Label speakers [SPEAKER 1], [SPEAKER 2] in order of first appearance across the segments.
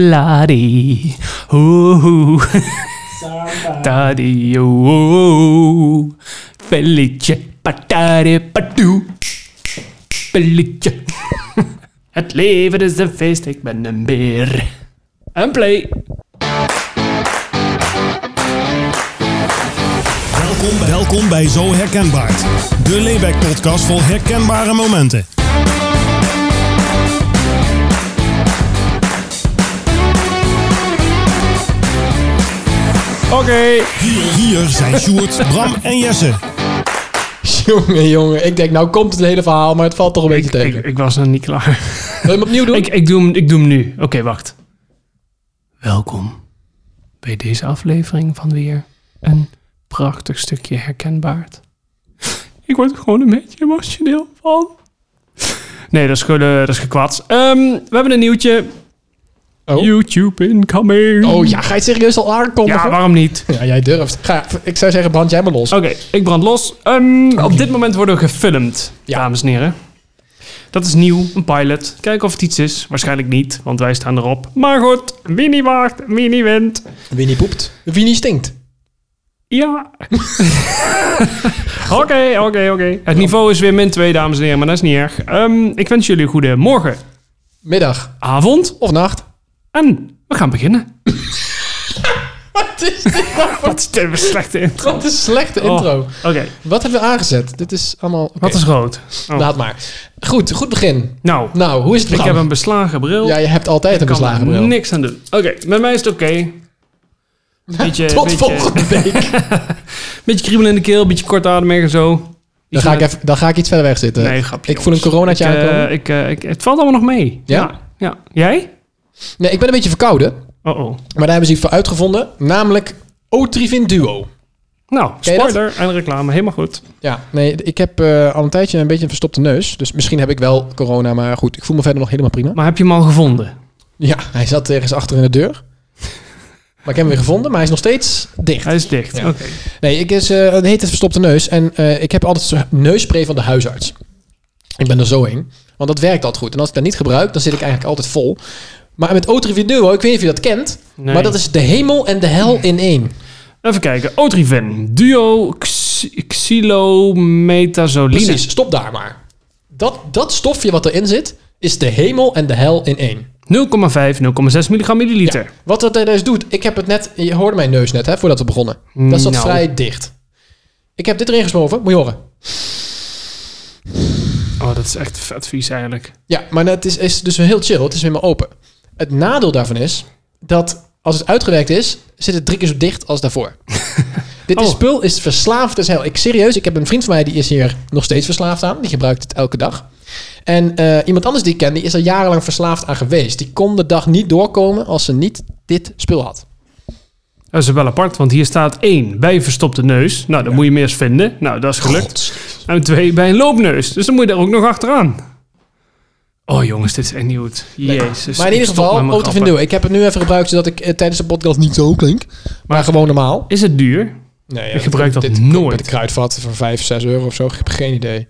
[SPEAKER 1] Holadi. Ho. Daddy. Oh. Pelletje. Patare. Patoe. Pelletje. Het leven is een feest. Ik ben een beer. En play.
[SPEAKER 2] Welkom bij, welkom bij Zo Herkenbaar. De Layback-podcast vol herkenbare momenten.
[SPEAKER 3] Oké.
[SPEAKER 2] Hier, hier zijn Sjoerd, Bram en Jesse.
[SPEAKER 3] Jongen, jongen. Ik denk, nou komt het hele verhaal, maar het valt toch een
[SPEAKER 1] Ik,
[SPEAKER 3] beetje tegen.
[SPEAKER 1] ik, ik was nog niet klaar.
[SPEAKER 3] Wil je hem opnieuw doen?
[SPEAKER 1] Ik, ik, doe, hem, ik doe hem nu. Oké, wacht. Welkom bij deze aflevering van weer een prachtig stukje herkenbaard. Ik word er gewoon een beetje emotioneel van. Nee, dat is, gewoon, eh, dat is gekwats. Ehm, we hebben een nieuwtje.
[SPEAKER 3] Oh.
[SPEAKER 1] YouTube incoming.
[SPEAKER 3] Oh ja, ga je het serieus al aankondigen?
[SPEAKER 1] Ja, Oh. waarom niet?
[SPEAKER 3] Ja, jij durft. Ga, ik zou zeggen, brand jij maar los.
[SPEAKER 1] Oké, ik brand los. Ehm, Op dit moment worden we gefilmd,
[SPEAKER 3] Ja.
[SPEAKER 1] dames en heren. Dat is nieuw, een pilot. Kijken of het iets is. Waarschijnlijk niet, want wij staan erop. Maar goed, wie niet waagt, wie niet wint.
[SPEAKER 3] Wie niet poept, wie niet stinkt.
[SPEAKER 1] Ja. Oké, oké, oké. Het niveau is weer min 2, dames en heren, maar dat is niet erg. Ehm, ik wens jullie een goede morgen,
[SPEAKER 3] Middag
[SPEAKER 1] avond
[SPEAKER 3] of nacht.
[SPEAKER 1] en we gaan beginnen.
[SPEAKER 3] Wat is dit nou voor
[SPEAKER 1] Wat is dit voor slechte intro?
[SPEAKER 3] wat een slechte intro?
[SPEAKER 1] Oh, Oké,
[SPEAKER 3] Wat hebben we aangezet? Dit is allemaal... oké,
[SPEAKER 1] wat is rood? Oh.
[SPEAKER 3] Laat maar. Goed, goed begin.
[SPEAKER 1] Nou,
[SPEAKER 3] Nou, hoe is het
[SPEAKER 1] ik heb
[SPEAKER 3] Bram?
[SPEAKER 1] een beslagen bril.
[SPEAKER 3] Ja, je hebt altijd een
[SPEAKER 1] kan
[SPEAKER 3] beslagen
[SPEAKER 1] er
[SPEAKER 3] bril.
[SPEAKER 1] niks aan doen. Oké, met mij is het oké. Beetje,
[SPEAKER 3] Tot
[SPEAKER 1] beetje,
[SPEAKER 3] volgende week.
[SPEAKER 1] beetje kriebel in de keel, beetje kortademig en zo.
[SPEAKER 3] Dan ga, ik even, dan ga ik iets verder weg zitten.
[SPEAKER 1] Nee, grapje.
[SPEAKER 3] ik voel een
[SPEAKER 1] jongens.
[SPEAKER 3] coronatje
[SPEAKER 1] Ik, eh,
[SPEAKER 3] aankomen.
[SPEAKER 1] ik, eh, ik- het valt allemaal nog mee.
[SPEAKER 3] Ja?
[SPEAKER 1] ja? ja. Jij?
[SPEAKER 3] Nee, ik ben een beetje verkouden.
[SPEAKER 1] Oh oh.
[SPEAKER 3] Maar daar hebben ze iets voor uitgevonden. Namelijk Otrivin Duo.
[SPEAKER 1] Nou,
[SPEAKER 3] Ken je dat?
[SPEAKER 1] spoiler en reclame, helemaal goed.
[SPEAKER 3] Ja, nee, ik heb eh, al een tijdje een beetje een verstopte neus. Dus misschien heb ik wel corona, maar goed, ik voel me verder nog helemaal prima.
[SPEAKER 1] Maar heb je hem al gevonden?
[SPEAKER 3] Ja, hij zat ergens achter in de deur. Maar ik heb hem weer gevonden, maar hij is nog steeds dicht.
[SPEAKER 1] Hij is dicht.
[SPEAKER 3] Ja.
[SPEAKER 1] Oké.
[SPEAKER 3] Nee, ik is, eh het heet het verstopte neus. En eh, ik heb altijd zo'n neuspray van de huisarts. Ik ben er zo in. Want dat werkt altijd goed. En als ik dat niet gebruik, dan zit ik eigenlijk altijd vol. Maar met Otrivin Duo, ik weet niet of je dat kent.
[SPEAKER 1] Nee.
[SPEAKER 3] Maar dat is de hemel en de hel in één.
[SPEAKER 1] Even kijken. Otriven. Duo xy- xylometazoline.
[SPEAKER 3] Precies, stop daar maar. Dat, dat stofje wat erin zit, is de hemel en de hel in één.
[SPEAKER 1] 0,5, 0,6 milligram milliliter.
[SPEAKER 3] Ja. Wat dat eh, dus doet, ik heb het net, je hoorde mijn neus net, hè, voordat we begonnen. Dat zat
[SPEAKER 1] Nou.
[SPEAKER 3] vrij dicht. Ik heb dit erin gesmoven, moet je horen.
[SPEAKER 1] Oh, dat is echt vet vies eigenlijk.
[SPEAKER 3] Ja, maar het is, is dus heel chill, het is helemaal open. Het nadeel daarvan is dat als het uitgewerkt is, zit het drie keer zo dicht als daarvoor. dit is
[SPEAKER 1] Oh.
[SPEAKER 3] spul is verslaafd als hel. Ik serieus, ik heb een vriend van mij die is hier nog steeds verslaafd aan, die gebruikt het elke dag. En eh, iemand anders die ik ken, die is er jarenlang verslaafd aan geweest. Die kon de dag niet doorkomen als ze niet dit spul had.
[SPEAKER 1] Dat is wel apart, want hier staat 1 bij verstopte neus. Nou, dan moet je meer eens vinden. Nou, dat is gelukt. En 2 bij een loopneus. Dus dan moet je daar ook nog achteraan. Oh jongens, dit is echt niet goed. Jezus.
[SPEAKER 3] Maar in
[SPEAKER 1] dus
[SPEAKER 3] ieder
[SPEAKER 1] ik stop met
[SPEAKER 3] geval,
[SPEAKER 1] mijn
[SPEAKER 3] auto van
[SPEAKER 1] grappen.
[SPEAKER 3] Ik heb het nu even gebruikt zodat ik eh, tijdens de podcast niet zo klink. Maar, gewoon normaal.
[SPEAKER 1] Is het duur?
[SPEAKER 3] Nee,
[SPEAKER 1] ik gebruik dat nooit.
[SPEAKER 3] Met de kruidvat voor 5, 6 euro of zo. Ik heb geen idee.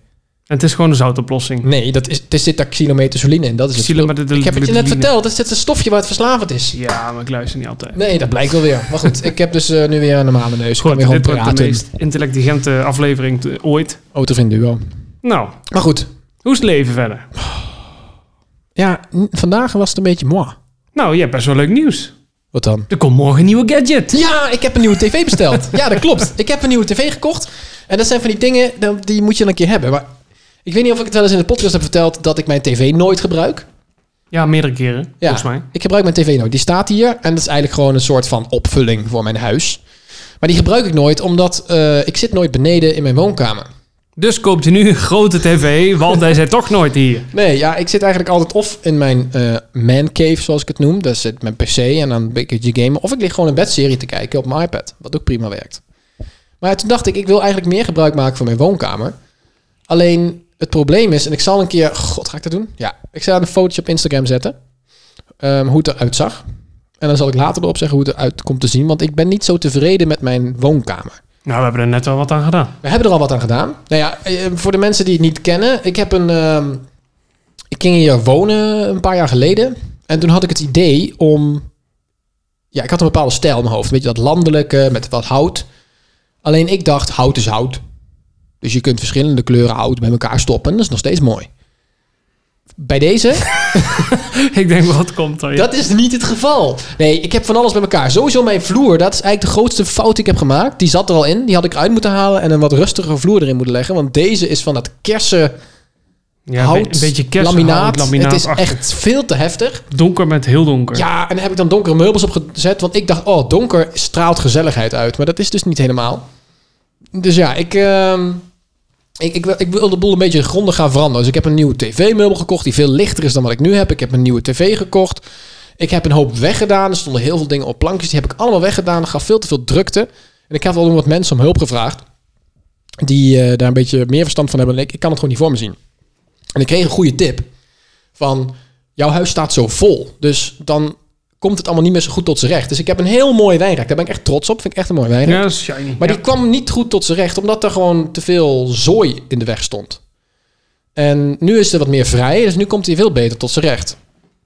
[SPEAKER 1] En het is gewoon een zoutoplossing.
[SPEAKER 3] Nee, dat is, er zit daar xylometazoline in. Dat is het.
[SPEAKER 1] Xylometazoline.
[SPEAKER 3] Ik heb het je net verteld. Dat is het stofje waar het verslavend is.
[SPEAKER 1] Ja, maar ik luister niet altijd.
[SPEAKER 3] Nee, dat blijkt wel weer. Maar goed, ik heb dus eh, nu weer een normale neus. Ik kan
[SPEAKER 1] Goed,
[SPEAKER 3] weer gewoon
[SPEAKER 1] dit wordt de
[SPEAKER 3] praten. Oh,
[SPEAKER 1] meest intelligente aflevering te- ooit.
[SPEAKER 3] Auto van duo.
[SPEAKER 1] Nou,
[SPEAKER 3] Maar goed.
[SPEAKER 1] hoe is het leven verder?
[SPEAKER 3] Ja, n- vandaag was het een beetje moi.
[SPEAKER 1] Nou, je hebt best wel leuk nieuws.
[SPEAKER 3] Wat dan?
[SPEAKER 1] Er komt morgen een nieuwe gadget.
[SPEAKER 3] Ja, ik heb een nieuwe tv besteld. ja, dat klopt. Ik heb een nieuwe tv gekocht. En dat zijn van die dingen, dan- die moet je dan een keer hebben. Maar ik weet niet of ik het wel eens in de podcast heb verteld dat ik mijn tv nooit gebruik.
[SPEAKER 1] Ja, meerdere keren, volgens mij.
[SPEAKER 3] Ik gebruik mijn tv nooit. Die staat hier en dat is eigenlijk gewoon een soort van opvulling voor mijn huis. Maar die gebruik ik nooit omdat eh, ik zit nooit beneden in mijn woonkamer.
[SPEAKER 1] Dus koopt u nu een grote tv, want hij zijn toch nooit hier.
[SPEAKER 3] Nee, ja, ik zit eigenlijk altijd of in mijn eh, man cave, zoals ik het noem. Daar zit mijn pc en dan een beetje gamen. Of ik lig gewoon een bedserie te kijken op mijn iPad, wat ook prima werkt. Maar toen dacht ik, ik wil eigenlijk meer gebruik maken van mijn woonkamer. Alleen het probleem is, en ik zal een keer... God, ga ik dat doen? Ja, ik zal een fotootje op Instagram zetten. ehm, hoe het eruit zag. En dan zal ik later erop zeggen hoe het eruit komt te zien. Want ik ben niet zo tevreden met mijn woonkamer.
[SPEAKER 1] Nou, we hebben er net wel wat aan gedaan.
[SPEAKER 3] We hebben er al wat aan gedaan. Nou ja, eh, voor de mensen die het niet kennen, ik heb een. ehm, ik ging hier wonen een paar jaar geleden. En toen had ik het idee om... Ja, ik had een bepaalde stijl in mijn hoofd. Weet je, dat landelijke met wat hout. Alleen ik dacht, hout is hout. Dus je kunt verschillende kleuren hout bij elkaar stoppen. En dat is nog steeds mooi. Bij deze
[SPEAKER 1] Ik denk, wat komt er? Ja.
[SPEAKER 3] dat is niet het geval. Nee, ik heb van alles bij elkaar. Sowieso mijn vloer, dat is eigenlijk de grootste fout die ik heb gemaakt. Die zat er al in. Die had ik eruit moeten halen en een wat rustiger vloer erin moeten leggen. Want deze is van dat kersen,
[SPEAKER 1] Ja,
[SPEAKER 3] hout,
[SPEAKER 1] een beetje kerst,
[SPEAKER 3] laminaat.
[SPEAKER 1] laminaat.
[SPEAKER 3] Het is echt veel te heftig.
[SPEAKER 1] donker met heel donker.
[SPEAKER 3] Ja, en daar heb ik dan donkere meubels op gezet. Want ik dacht, oh, donker straalt gezelligheid uit. Maar dat is dus niet helemaal. Dus ja, ik, ehm, ik, ik, wil- ik wil de boel een beetje grondig gaan veranderen. Dus ik heb een nieuwe tv-meubel gekocht die veel lichter is dan wat ik nu heb. Ik heb een nieuwe tv gekocht. Ik heb een hoop weggedaan. Er stonden heel veel dingen op plankjes. Die heb ik allemaal weggedaan. Dat gaf veel te veel drukte. En ik heb al wat mensen om hulp gevraagd. Die eh, daar een beetje meer verstand van hebben. En ik, ik kan het gewoon niet voor me zien. En ik kreeg een goede tip. Van, jouw huis staat zo vol. Dus dan komt het allemaal niet meer zo goed tot zijn recht. Dus ik heb een heel mooi wijnrek. Daar ben ik echt trots op. Vind ik echt een mooi wijnrek.
[SPEAKER 1] Ja, dat is shiny.
[SPEAKER 3] Maar
[SPEAKER 1] Ja.
[SPEAKER 3] die kwam niet goed tot zijn recht, omdat er gewoon te veel zooi in de weg stond. En nu is er wat meer vrij, dus nu komt hij veel beter tot zijn recht.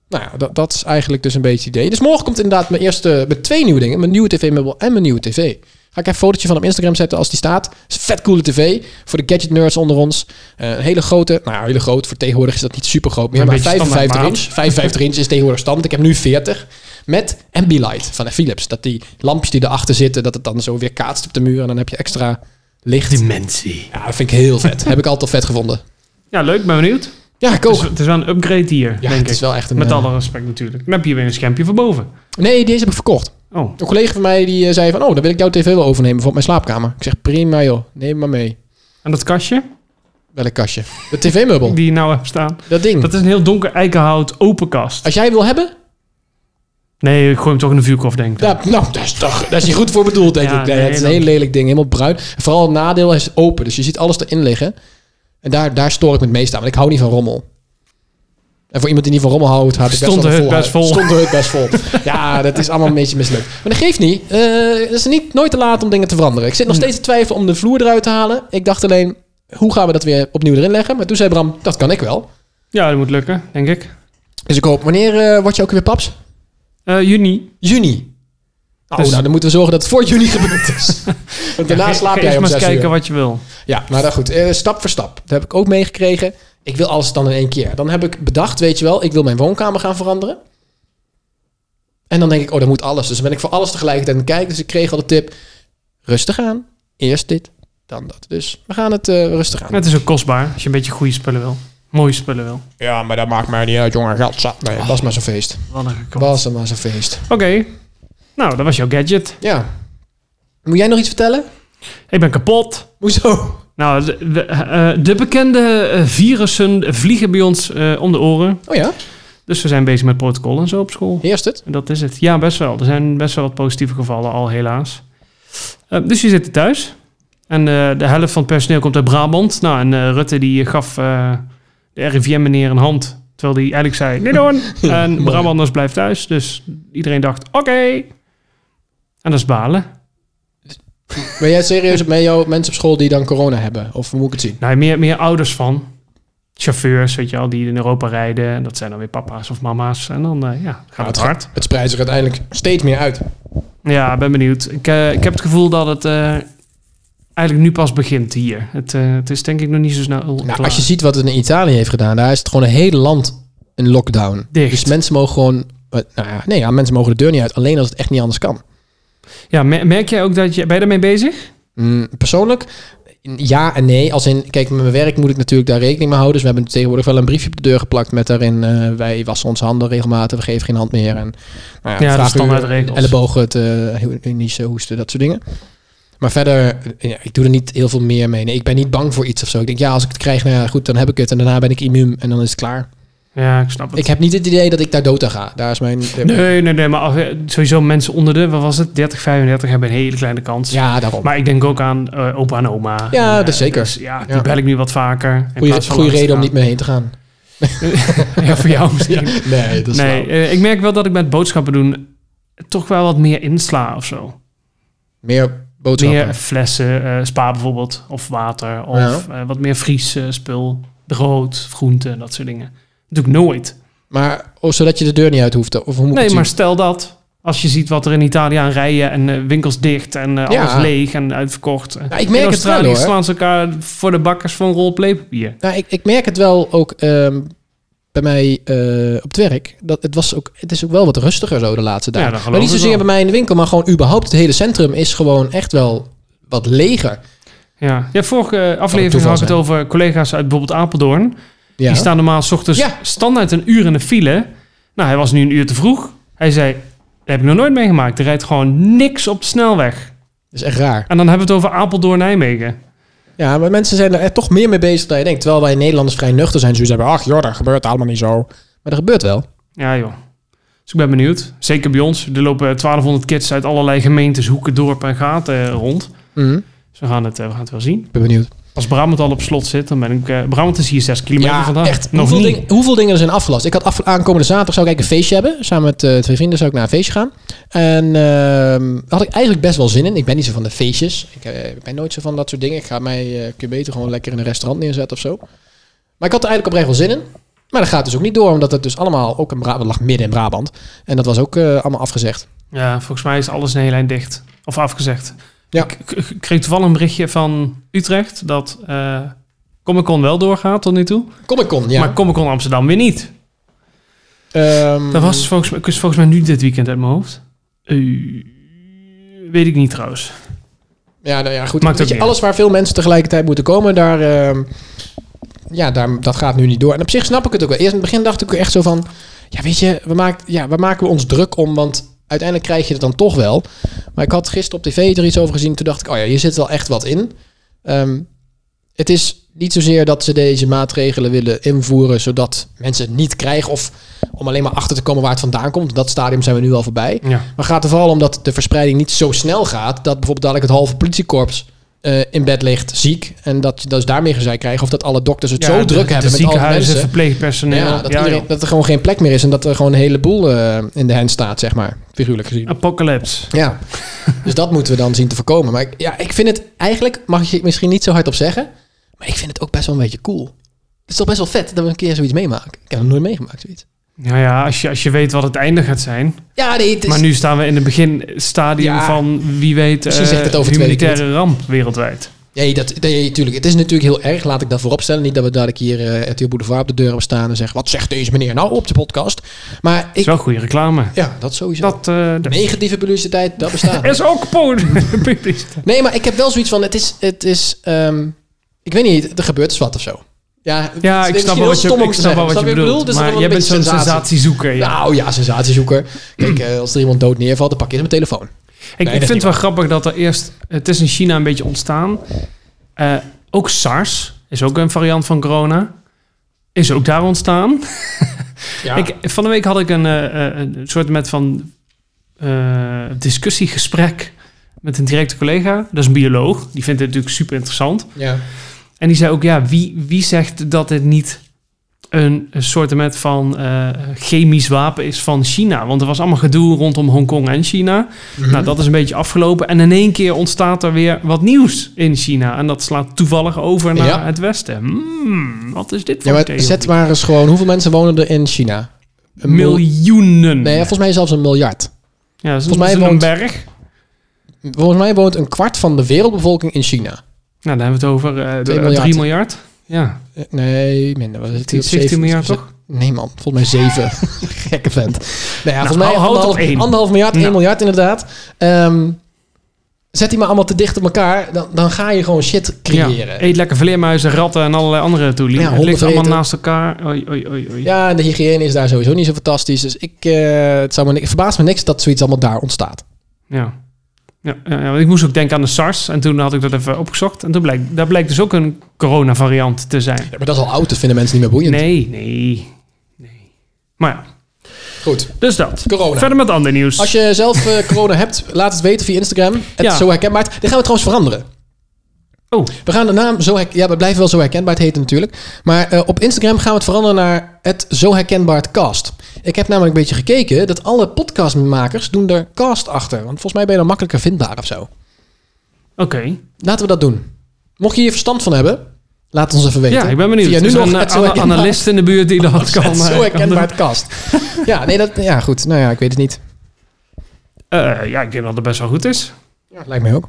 [SPEAKER 3] Nou ja, dat, dat is eigenlijk dus een beetje het idee. Dus morgen komt inderdaad mijn eerste, met twee nieuwe dingen. Mijn nieuwe tv-meubel en mijn nieuwe tv. Ga ik even een fotootje van op Instagram zetten als die staat. Is een vet coole tv voor de gadget nerds onder ons. Eh, een hele grote, nou ja, hele groot. Voor tegenwoordig is dat niet super groot
[SPEAKER 1] Maar
[SPEAKER 3] meer. Maar
[SPEAKER 1] een beetje
[SPEAKER 3] 55 inch.
[SPEAKER 1] standaard
[SPEAKER 3] 55 inch is tegenwoordig standaard. Ik heb nu 40. Met Ambilight van de Philips. Dat die lampjes die erachter zitten, dat het dan zo weer kaatst op de muur. En dan heb je extra licht.
[SPEAKER 1] Dimensie.
[SPEAKER 3] Ja, dat vind ik heel vet. heb ik altijd al vet gevonden.
[SPEAKER 1] Ja, leuk. Ben benieuwd.
[SPEAKER 3] Ja, ik
[SPEAKER 1] Het is,
[SPEAKER 3] ook.
[SPEAKER 1] het is wel een upgrade hier,
[SPEAKER 3] Ja,
[SPEAKER 1] denk
[SPEAKER 3] het
[SPEAKER 1] ik.
[SPEAKER 3] is wel echt een...
[SPEAKER 1] Met
[SPEAKER 3] eh,
[SPEAKER 1] alle respect natuurlijk. Dan heb je weer een schermpje van boven.
[SPEAKER 3] Nee, deze heb ik verkocht.
[SPEAKER 1] Oh,
[SPEAKER 3] Een collega van mij die eh, zei van, oh, dan wil ik jouw tv wel overnemen voor op mijn slaapkamer. Ik zeg, prima joh, neem maar mee.
[SPEAKER 1] en dat kastje
[SPEAKER 3] Welk kastje? De tv-meubel,
[SPEAKER 1] die je nou hebt staan.
[SPEAKER 3] dat ding.
[SPEAKER 1] Dat is een heel donker eikenhout open kast.
[SPEAKER 3] Hm. Als jij wil hebben,
[SPEAKER 1] Nee, ik gooi hem toch in de vuurkorf, denk ik. dan.
[SPEAKER 3] ja, nou, daar is, toch, daar is niet goed voor bedoeld, denk
[SPEAKER 1] Ja,
[SPEAKER 3] ik. Nee,
[SPEAKER 1] nee,
[SPEAKER 3] het is een
[SPEAKER 1] dan-
[SPEAKER 3] heel lelijk ding, helemaal bruin. En Vooral het nadeel is open, dus je ziet alles erin liggen. En daar, daar stoor ik me het meest aan, want ik hou niet van rommel. En voor iemand die niet van rommel houdt, had ik
[SPEAKER 1] Stond
[SPEAKER 3] best wel
[SPEAKER 1] de
[SPEAKER 3] een
[SPEAKER 1] hut best vol.
[SPEAKER 3] Stond de hut best vol. ja, dat is allemaal een beetje mislukt. Maar dat geeft niet. Eh, het is niet, nooit te laat om dingen te veranderen. Ik zit nog steeds te twijfelen om de vloer eruit te halen. Ik dacht alleen, hoe gaan we dat weer opnieuw erin leggen? Maar toen zei Bram, dat kan ik wel.
[SPEAKER 1] Ja, dat moet lukken, denk ik.
[SPEAKER 3] Dus ik hoop, wanneer eh, word je ook weer paps?
[SPEAKER 1] Eh, juni.
[SPEAKER 3] Juni. Oh,
[SPEAKER 1] Dus-
[SPEAKER 3] nou, dan moeten we zorgen dat het voor juni gebeurd is. Want daarna
[SPEAKER 1] Ja, ga-
[SPEAKER 3] slaap
[SPEAKER 1] ga
[SPEAKER 3] jij
[SPEAKER 1] eerst
[SPEAKER 3] om
[SPEAKER 1] maar
[SPEAKER 3] zes
[SPEAKER 1] eens kijken
[SPEAKER 3] uur.
[SPEAKER 1] wat je wil.
[SPEAKER 3] Ja, maar dan goed. eh, stap voor stap. Dat heb ik ook meegekregen. Ik wil alles dan in één keer. Dan heb ik bedacht, weet je wel, ik wil mijn woonkamer gaan veranderen. En dan denk ik, oh, dan moet alles. Dus dan ben ik voor alles tegelijkertijd aan het kijken. Dus ik kreeg al de tip, rustig aan. Eerst dit, dan dat. Dus we gaan het eh, rustig aan.
[SPEAKER 1] Het is ook kostbaar als je een beetje goede spullen wil. Mooie spullen wil.
[SPEAKER 3] Ja, maar dat maakt mij niet uit, jongen. Geld zat. Nee, Nou
[SPEAKER 1] Ah,
[SPEAKER 3] was maar zo'n feest.
[SPEAKER 1] Wat een gekop.
[SPEAKER 3] Was er maar zo'n feest.
[SPEAKER 1] Oké. Nou, dat was jouw gadget.
[SPEAKER 3] Ja. Moet jij nog iets vertellen?
[SPEAKER 1] Ik ben kapot.
[SPEAKER 3] Hoezo?
[SPEAKER 1] Nou, de, de- eh, de bekende eh, virussen vliegen bij ons eh, om de oren.
[SPEAKER 3] Oh ja,
[SPEAKER 1] Dus we zijn bezig met protocollen en zo op school.
[SPEAKER 3] eerst het.
[SPEAKER 1] En dat is het. Ja, best wel. Er zijn best wel wat positieve gevallen al, helaas. Eh, dus die zitten thuis. En eh, de helft van het personeel komt uit Brabant. Nou, en eh, Rutte die gaf eh, de RIVM-meneer een hand. Terwijl hij eigenlijk zei, nee doen. en
[SPEAKER 3] mooi.
[SPEAKER 1] Brabanders blijft thuis. Dus iedereen dacht, oké. En dat is balen.
[SPEAKER 3] Ben jij serieus met jouw mensen op school die dan corona hebben? Of hoe moet ik het zien?
[SPEAKER 1] Nou, meer, meer ouders van. Chauffeurs, weet je al, die in Europa rijden. En dat zijn dan weer papa's of mama's. En dan eh, ja, gaat het
[SPEAKER 3] het
[SPEAKER 1] hard.
[SPEAKER 3] Het spreidt zich uiteindelijk steeds meer uit.
[SPEAKER 1] Ja, ik ben benieuwd. Ik, eh, ik heb het gevoel dat het eh, eigenlijk nu pas begint hier. Het, eh, het is denk ik nog niet zo snel
[SPEAKER 3] Nou,
[SPEAKER 1] klaar.
[SPEAKER 3] als je ziet wat het in Italië heeft gedaan, daar is het gewoon een hele land in lockdown.
[SPEAKER 1] Dicht.
[SPEAKER 3] Dus mensen mogen gewoon. eh, Nou ja, nee, ja, mensen mogen de deur niet uit. Alleen als het echt niet anders kan.
[SPEAKER 1] Ja, mer- merk jij ook dat je... Ben je daarmee bezig?
[SPEAKER 3] Mm, persoonlijk, ja en nee. Als in, kijk, met mijn werk moet ik natuurlijk daar rekening mee houden. Dus we hebben tegenwoordig wel een briefje op de deur geplakt met daarin... eh, wij wassen onze handen regelmatig, we geven geen hand meer. En, nou
[SPEAKER 1] Ja, de
[SPEAKER 3] vraag u
[SPEAKER 1] standaardregels.
[SPEAKER 3] Ellebogen, te, niet hoesten, dat soort dingen. Maar verder, eh, ja, ik doe er niet heel veel meer mee. Nee, ik ben niet bang voor iets of zo. Ik denk, ja, als ik het krijg, nou ja, goed, dan heb ik het. En daarna ben ik immuun en dan is het klaar.
[SPEAKER 1] Ja, ik snap het.
[SPEAKER 3] Ik heb niet het idee dat ik daar dood aan ga. Daar is mijn...
[SPEAKER 1] Nee, nee, nee. Maar als- eh, sowieso mensen onder de... Wat was het? 30, 35 hebben een hele kleine kans.
[SPEAKER 3] Ja, daarom.
[SPEAKER 1] Maar ik denk ook aan eh, opa en oma.
[SPEAKER 3] Ja,
[SPEAKER 1] En, eh,
[SPEAKER 3] dat is zeker.
[SPEAKER 1] dus ja, die
[SPEAKER 3] Ja.
[SPEAKER 1] bel ik nu wat vaker. in
[SPEAKER 3] Goeie,
[SPEAKER 1] plaats van
[SPEAKER 3] goeie
[SPEAKER 1] langs te
[SPEAKER 3] reden om
[SPEAKER 1] gaan.
[SPEAKER 3] niet mee heen te gaan.
[SPEAKER 1] ja, voor jou misschien.
[SPEAKER 3] Nee, dat
[SPEAKER 1] nee, eh, ik merk wel dat ik met boodschappen doen... toch wel wat meer insla of zo.
[SPEAKER 3] Meer boodschappen.
[SPEAKER 1] Meer flessen, eh, spa bijvoorbeeld, of water, of eh, wat meer Fries eh, spul, brood, groenten, dat soort dingen. Dat doe ik nooit.
[SPEAKER 3] Maar oh, zodat je de deur niet uit hoeft. Of hoe moet ik
[SPEAKER 1] Nee,
[SPEAKER 3] het
[SPEAKER 1] maar
[SPEAKER 3] zien?
[SPEAKER 1] stel dat. Als je ziet wat er in Italië aan rijden en eh, winkels dicht en eh,
[SPEAKER 3] Ja.
[SPEAKER 1] alles leeg en uitverkocht.
[SPEAKER 3] Ja, ik merk
[SPEAKER 1] in
[SPEAKER 3] het
[SPEAKER 1] Australië
[SPEAKER 3] wel, hoor.
[SPEAKER 1] slaan ze elkaar voor de bakkers van rol playpapier.
[SPEAKER 3] Nou, ik, ik merk het wel ook ehm, bij mij eh, op het werk. Dat het, was ook, het is ook wel wat rustiger zo de laatste
[SPEAKER 1] Ja,
[SPEAKER 3] dagen.
[SPEAKER 1] dat geloof
[SPEAKER 3] maar niet
[SPEAKER 1] ik
[SPEAKER 3] zozeer
[SPEAKER 1] wel.
[SPEAKER 3] bij mij in de winkel, maar gewoon überhaupt het hele centrum is gewoon echt wel wat leger.
[SPEAKER 1] Ja. ja,
[SPEAKER 3] Oh,
[SPEAKER 1] vorige aflevering
[SPEAKER 3] toeval
[SPEAKER 1] had ik het
[SPEAKER 3] zijn.
[SPEAKER 1] over collega's uit bijvoorbeeld Apeldoorn.
[SPEAKER 3] Ja.
[SPEAKER 1] Die staan normaal 's ochtends
[SPEAKER 3] Ja.
[SPEAKER 1] standaard een uur in de file. Nou, hij was nu een uur te vroeg. Hij zei, dat heb ik nog nooit meegemaakt. Er rijdt gewoon niks op de snelweg.
[SPEAKER 3] Dat is echt raar.
[SPEAKER 1] En dan hebben we het over Apeldoorn-Nijmegen.
[SPEAKER 3] Ja, maar mensen zijn er echt toch meer mee bezig dan je denkt. Terwijl wij Nederlanders vrij nuchter zijn. Zoiets hebben, ach joh, dat gebeurt allemaal niet zo. Maar dat gebeurt wel.
[SPEAKER 1] Ja joh. Dus ik ben benieuwd. Zeker bij ons. Er lopen 1200 kids uit allerlei gemeentes, hoeken, dorpen en gaten eh, rond.
[SPEAKER 3] Mhm.
[SPEAKER 1] Dus we gaan het, eh, we gaan het wel zien.
[SPEAKER 3] Ik ben benieuwd.
[SPEAKER 1] Als Brabant al op slot zit, dan ben ik... eh Brabant is hier 6 kilometer
[SPEAKER 3] Ja,
[SPEAKER 1] vandaan.
[SPEAKER 3] echt.
[SPEAKER 1] Nog
[SPEAKER 3] hoeveel,
[SPEAKER 1] niet.
[SPEAKER 3] ding- hoeveel dingen er zijn afgelast? Ik had af, aankomende zaterdag zou ik eigenlijk een feestje hebben. Samen met eh, twee vrienden zou ik naar een feestje gaan. En ehm, daar had ik eigenlijk best wel zin in. Ik ben niet zo van de feestjes. Ik eh, ik ben nooit zo van dat soort dingen. Ik ga mij eh kun je beter gewoon lekker in een restaurant neerzetten of zo. Maar ik had er eigenlijk oprecht wel zin in. Maar dat gaat dus ook niet door, omdat het dus allemaal ook in Brabant lag, midden in Brabant. En dat was ook eh, allemaal afgezegd.
[SPEAKER 1] Ja, volgens mij is alles een hele lijn dicht. Of afgezegd.
[SPEAKER 3] Ja.
[SPEAKER 1] Ik, ik- ik kreeg toevallig een berichtje van Utrecht dat eh Comic-Con wel doorgaat tot nu toe.
[SPEAKER 3] Comic Con, ja.
[SPEAKER 1] Maar Comic-Con Amsterdam weer niet.
[SPEAKER 3] Ehm,
[SPEAKER 1] Dat was volgens, mij- is volgens mij nu dit weekend uit mijn hoofd. Eh, weet ik niet trouwens.
[SPEAKER 3] Ja, nou ja, goed.
[SPEAKER 1] Maakt
[SPEAKER 3] Weet
[SPEAKER 1] ook
[SPEAKER 3] je,
[SPEAKER 1] niet
[SPEAKER 3] alles waar veel mensen tegelijkertijd moeten komen, daar, ehm, ja, daar, dat gaat nu niet door. En op zich snap ik het ook wel. Eerst in het begin dacht ik ook echt zo van, ja, weet je, we maakt, ja, waar maken we ons druk om? Want uiteindelijk krijg je het dan toch wel. Maar ik had gisteren op tv er iets over gezien. Toen dacht ik, oh ja, hier zit wel echt wat in. Ehm, het is niet zozeer dat ze deze maatregelen willen invoeren zodat mensen het niet krijgen of om alleen maar achter te komen waar het vandaan komt. Dat stadium zijn we nu al voorbij.
[SPEAKER 1] Ja.
[SPEAKER 3] Maar gaat er vooral om dat de verspreiding niet zo snel gaat. Dat bijvoorbeeld dadelijk het halve politiekorps eh, in bed ligt ziek. En dat je dus daarmee gezeik krijgt. Of dat alle dokters het zo
[SPEAKER 1] de-
[SPEAKER 3] druk
[SPEAKER 1] de
[SPEAKER 3] hebben met al die
[SPEAKER 1] ziekenhuizen,
[SPEAKER 3] mensen.
[SPEAKER 1] verpleegpersoneel.
[SPEAKER 3] Ja, dat, iedereen-
[SPEAKER 1] joh.
[SPEAKER 3] dat er gewoon geen plek meer is. En dat er gewoon een heleboel eh, in de hand staat, zeg maar. Figuurlijk gezien.
[SPEAKER 1] Apocalypse.
[SPEAKER 3] Ja, dus dat moeten we dan zien te voorkomen. Maar ik, ja, ik vind het eigenlijk, mag je het misschien niet zo hard op zeggen, maar ik vind het ook best wel een beetje cool. Het is toch best wel vet dat we een keer zoiets meemaken. Ik heb nog nooit meegemaakt zoiets.
[SPEAKER 1] Nou ja, als je, als je weet wat het einde gaat zijn.
[SPEAKER 3] Ja, nee, het is,
[SPEAKER 1] Maar nu staan we in het beginstadium
[SPEAKER 3] Ja.
[SPEAKER 1] van wie weet
[SPEAKER 3] Misschien zegt het
[SPEAKER 1] eh
[SPEAKER 3] over twee weken
[SPEAKER 1] humanitaire ramp wereldwijd.
[SPEAKER 3] nee, dat, nee, tuurlijk, het is natuurlijk heel erg, laat ik dat vooropstellen. Niet dat we dadelijk hier eh RTL Boulevard op de deur hebben staan en zeggen, wat zegt deze meneer nou op de podcast? Maar
[SPEAKER 1] is
[SPEAKER 3] ik,
[SPEAKER 1] wel goede reclame.
[SPEAKER 3] ja, dat sowieso.
[SPEAKER 1] Dat, eh, dat
[SPEAKER 3] Negatieve publiciteit, dat bestaat.
[SPEAKER 1] is ook po- publiciteit.
[SPEAKER 3] Nee, maar ik heb wel zoiets van, het is, het is ehm, ik weet niet, er gebeurt dus wat of zo. Ja,
[SPEAKER 1] Ja, ik snap wel wat je, ik Dus snap wel wat je bedoelt.
[SPEAKER 3] Dus
[SPEAKER 1] maar jij bent zo'n sensatiezoeker. Ja.
[SPEAKER 3] Nou ja, sensatiezoeker. Kijk, eh, als er iemand dood neervalt, dan pak je mijn telefoon.
[SPEAKER 1] ik ik
[SPEAKER 3] dat niet
[SPEAKER 1] vind het wel grappig dat er eerst... Het is in China een beetje ontstaan. Eh, ook SARS is ook een variant van corona. Is ook daar ontstaan.
[SPEAKER 3] Ja.
[SPEAKER 1] Ik, van de week had ik een, eh, eh, een soort met van eh, discussiegesprek met een directe collega. Dat is een bioloog. Die vindt het natuurlijk super interessant.
[SPEAKER 3] ja.
[SPEAKER 1] En die zei ook, ja, wie, wie zegt dat dit niet een, een soort met van eh, chemisch wapen is van China? Want er was allemaal gedoe rondom Hongkong en China.
[SPEAKER 3] Mhm.
[SPEAKER 1] Nou, dat is een beetje afgelopen. En in één keer ontstaat er weer wat nieuws in China. En dat slaat toevallig over naar
[SPEAKER 3] Ja.
[SPEAKER 1] het westen. Hmm, wat is dit voor
[SPEAKER 3] ja, maar
[SPEAKER 1] theorie?
[SPEAKER 3] zet maar eens gewoon, hoeveel mensen wonen er in China? Een mil-
[SPEAKER 1] Miljoenen.
[SPEAKER 3] Nee, volgens mij zelfs een miljard.
[SPEAKER 1] Ja, dus dat is
[SPEAKER 3] Volgens mij
[SPEAKER 1] is een
[SPEAKER 3] woont-
[SPEAKER 1] berg.
[SPEAKER 3] Volgens mij woont een kwart van de wereldbevolking in China.
[SPEAKER 1] Nou, dan hebben we het over eh
[SPEAKER 3] Twee
[SPEAKER 1] 3
[SPEAKER 3] miljard.
[SPEAKER 1] miljard. Ja,
[SPEAKER 3] Eh, Nee, minder. Was het
[SPEAKER 1] 16
[SPEAKER 3] Zeven-
[SPEAKER 1] miljard toch?
[SPEAKER 3] Nee man, volgens mij zeven. Gekke vent. Nou ja, volgens mij
[SPEAKER 1] hou- houd op
[SPEAKER 3] anderhalf,
[SPEAKER 1] één.
[SPEAKER 3] anderhalf miljard,
[SPEAKER 1] Nou.
[SPEAKER 3] 1 miljard inderdaad. Ehm, zet die maar allemaal te dicht op elkaar, dan, dan ga je gewoon shit creëren.
[SPEAKER 1] Ja, eet lekker vleermuizen, ratten en allerlei andere toelieten.
[SPEAKER 3] Ja,
[SPEAKER 1] het ligt
[SPEAKER 3] honden
[SPEAKER 1] allemaal
[SPEAKER 3] eten.
[SPEAKER 1] naast elkaar. Oei, oei, oei, oei.
[SPEAKER 3] Ja, en de hygiëne is daar sowieso niet zo fantastisch. Dus ik, eh het, zou me, ni- het verbaast me niks dat zoiets allemaal daar ontstaat.
[SPEAKER 1] Ja. Ja, ja, ja, want ik moest ook denken aan de SARS. En toen had ik dat even opgezocht. En toen blijkt, daar blijkt dus ook een coronavariant te zijn.
[SPEAKER 3] maar dat is al oud, dat vinden mensen niet meer boeiend.
[SPEAKER 1] Nee, nee, nee. Maar ja,
[SPEAKER 3] Goed,
[SPEAKER 1] dus dat.
[SPEAKER 3] corona.
[SPEAKER 1] Verder met ander nieuws.
[SPEAKER 3] Als je zelf eh, corona hebt, laat het weten via Instagram. Het
[SPEAKER 1] Ja.
[SPEAKER 3] Zo Herkenbaar. Dit gaan we trouwens veranderen.
[SPEAKER 1] Oh,
[SPEAKER 3] We gaan de naam Zo Herkenbaar... Ja, we blijven wel Zo Herkenbaar heten natuurlijk. Maar eh, op Instagram gaan we het veranderen naar het Zo Herkenbaar Cast. Ik heb namelijk een beetje gekeken dat alle podcastmakers doen er cast achter. Want volgens mij ben je dan makkelijker vindbaar of zo.
[SPEAKER 1] oké.
[SPEAKER 3] Laten we dat doen. Mocht je hier verstand van hebben, Laat ons even weten.
[SPEAKER 1] Ja, ik ben benieuwd.
[SPEAKER 3] Via
[SPEAKER 1] Er
[SPEAKER 3] nu
[SPEAKER 1] is
[SPEAKER 3] nog
[SPEAKER 1] een
[SPEAKER 3] het zo
[SPEAKER 1] ana-
[SPEAKER 3] herkenbaar-
[SPEAKER 1] analist in de buurt die dat kan...
[SPEAKER 3] het
[SPEAKER 1] eh,
[SPEAKER 3] Zo
[SPEAKER 1] kan
[SPEAKER 3] herkenbaar
[SPEAKER 1] doen.
[SPEAKER 3] het kast. ja, nee, dat, ja, goed. Nou ja, ik weet het niet.
[SPEAKER 1] Eh, ja, ik denk dat het best wel goed is.
[SPEAKER 3] Lijkt mij ook.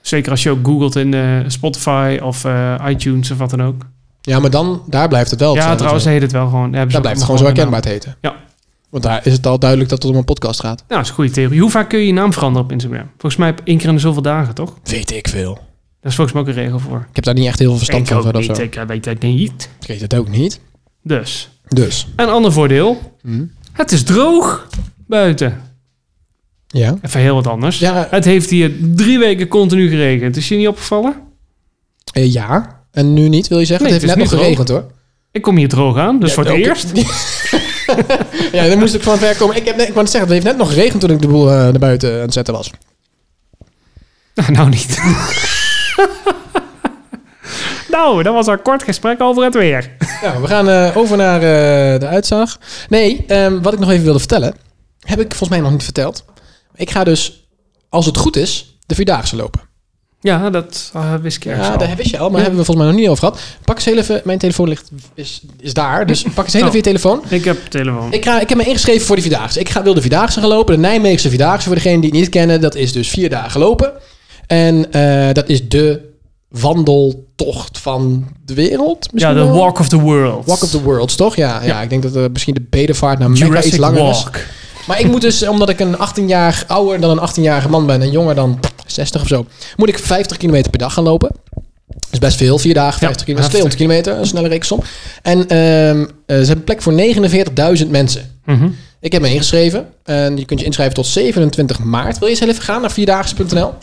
[SPEAKER 1] Zeker als je ook googelt in eh, Spotify of eh, iTunes of wat dan ook.
[SPEAKER 3] Ja, maar dan, daar blijft het wel.
[SPEAKER 1] ja,
[SPEAKER 3] hetzelfde.
[SPEAKER 1] trouwens heet het wel gewoon. hebben ze
[SPEAKER 3] Daar
[SPEAKER 1] ook
[SPEAKER 3] blijft het gewoon
[SPEAKER 1] allemaal
[SPEAKER 3] zo
[SPEAKER 1] gedaan.
[SPEAKER 3] herkenbaar te heten.
[SPEAKER 1] Ja.
[SPEAKER 3] Want daar is het al duidelijk dat het om een podcast gaat.
[SPEAKER 1] Nou, dat is een goede theorie. Hoe vaak kun je je naam veranderen op Instagram? Volgens mij op één keer in de zoveel dagen, toch?
[SPEAKER 3] Weet ik veel.
[SPEAKER 1] Daar is volgens mij ook een regel voor.
[SPEAKER 3] Ik heb daar niet echt heel veel verstand
[SPEAKER 1] ik
[SPEAKER 3] van.
[SPEAKER 1] ook
[SPEAKER 3] verder of
[SPEAKER 1] niet,
[SPEAKER 3] zo.
[SPEAKER 1] ik weet het niet.
[SPEAKER 3] Ik weet het ook niet.
[SPEAKER 1] Dus,
[SPEAKER 3] Dus.
[SPEAKER 1] een ander voordeel.
[SPEAKER 3] Hm.
[SPEAKER 1] Het is droog buiten.
[SPEAKER 3] Ja.
[SPEAKER 1] Even heel wat anders.
[SPEAKER 3] Ja,
[SPEAKER 1] Het heeft hier drie weken continu geregend. Is je niet opgevallen?
[SPEAKER 3] eh, ja. En nu niet, wil je zeggen?
[SPEAKER 1] Nee,
[SPEAKER 3] het heeft
[SPEAKER 1] het
[SPEAKER 3] net
[SPEAKER 1] is
[SPEAKER 3] nog
[SPEAKER 1] nu
[SPEAKER 3] geregend hoor.
[SPEAKER 1] Ik kom hier droog aan, dus
[SPEAKER 3] Ja,
[SPEAKER 1] voor het
[SPEAKER 3] oké.
[SPEAKER 1] eerst.
[SPEAKER 3] ja, dan moest ik van het werk komen. Ik, heb net, ik wou net zeggen, het heeft net nog geregend toen ik de boel eh, naar buiten aan het zetten was.
[SPEAKER 1] Nou, nou niet. nou, dat was een kort gesprek over het weer.
[SPEAKER 3] Nou, we gaan eh, over naar eh, de uitzag. Nee, ehm, wat ik nog even wilde vertellen, heb ik volgens mij nog niet verteld. Ik ga dus, als het goed is, de Vierdaagse lopen.
[SPEAKER 1] Ja, dat eh, wist ik ergens
[SPEAKER 3] Ja,
[SPEAKER 1] al.
[SPEAKER 3] dat wist je al, maar
[SPEAKER 1] Ja.
[SPEAKER 3] hebben we volgens mij nog niet over gehad. Pak eens heel even, mijn telefoon ligt, is, is daar, dus pak eens heel
[SPEAKER 1] Oh.
[SPEAKER 3] even je telefoon.
[SPEAKER 1] Ik heb de telefoon.
[SPEAKER 3] Ik, ga, ik heb me ingeschreven voor de Vierdaagse. Ik ga, wil de Vierdaagse gaan lopen. De Nijmeegse Vierdaagse, voor degenen die het niet kennen. Dat is dus vier dagen lopen. En eh, dat is de wandeltocht van de wereld.
[SPEAKER 1] ja,
[SPEAKER 3] misschien
[SPEAKER 1] de
[SPEAKER 3] wel?
[SPEAKER 1] Walk of the World.
[SPEAKER 3] Walk of the Worlds, toch? Ja, ja.
[SPEAKER 1] Ja.
[SPEAKER 3] ik denk dat eh, misschien de bedevaart naar Mekka iets
[SPEAKER 1] Jurassic
[SPEAKER 3] langer is.
[SPEAKER 1] Walk.
[SPEAKER 3] Maar ik moet dus, omdat ik een 18 jaar ouder dan een 18-jarige man ben en jonger dan 60 of zo, moet ik 50 kilometer per dag gaan lopen. Dat is best veel, vier dagen, 50 kilometer,
[SPEAKER 1] heftig.
[SPEAKER 3] 200 kilometer, een snelle rekensom. En ehm, eh, ze hebben plek voor 49.000 mensen.
[SPEAKER 1] Mhm.
[SPEAKER 3] Ik heb me ingeschreven en je kunt je inschrijven tot 27 maart. Wil je eens heel even gaan naar vierdaagse.nl?
[SPEAKER 1] Ik ga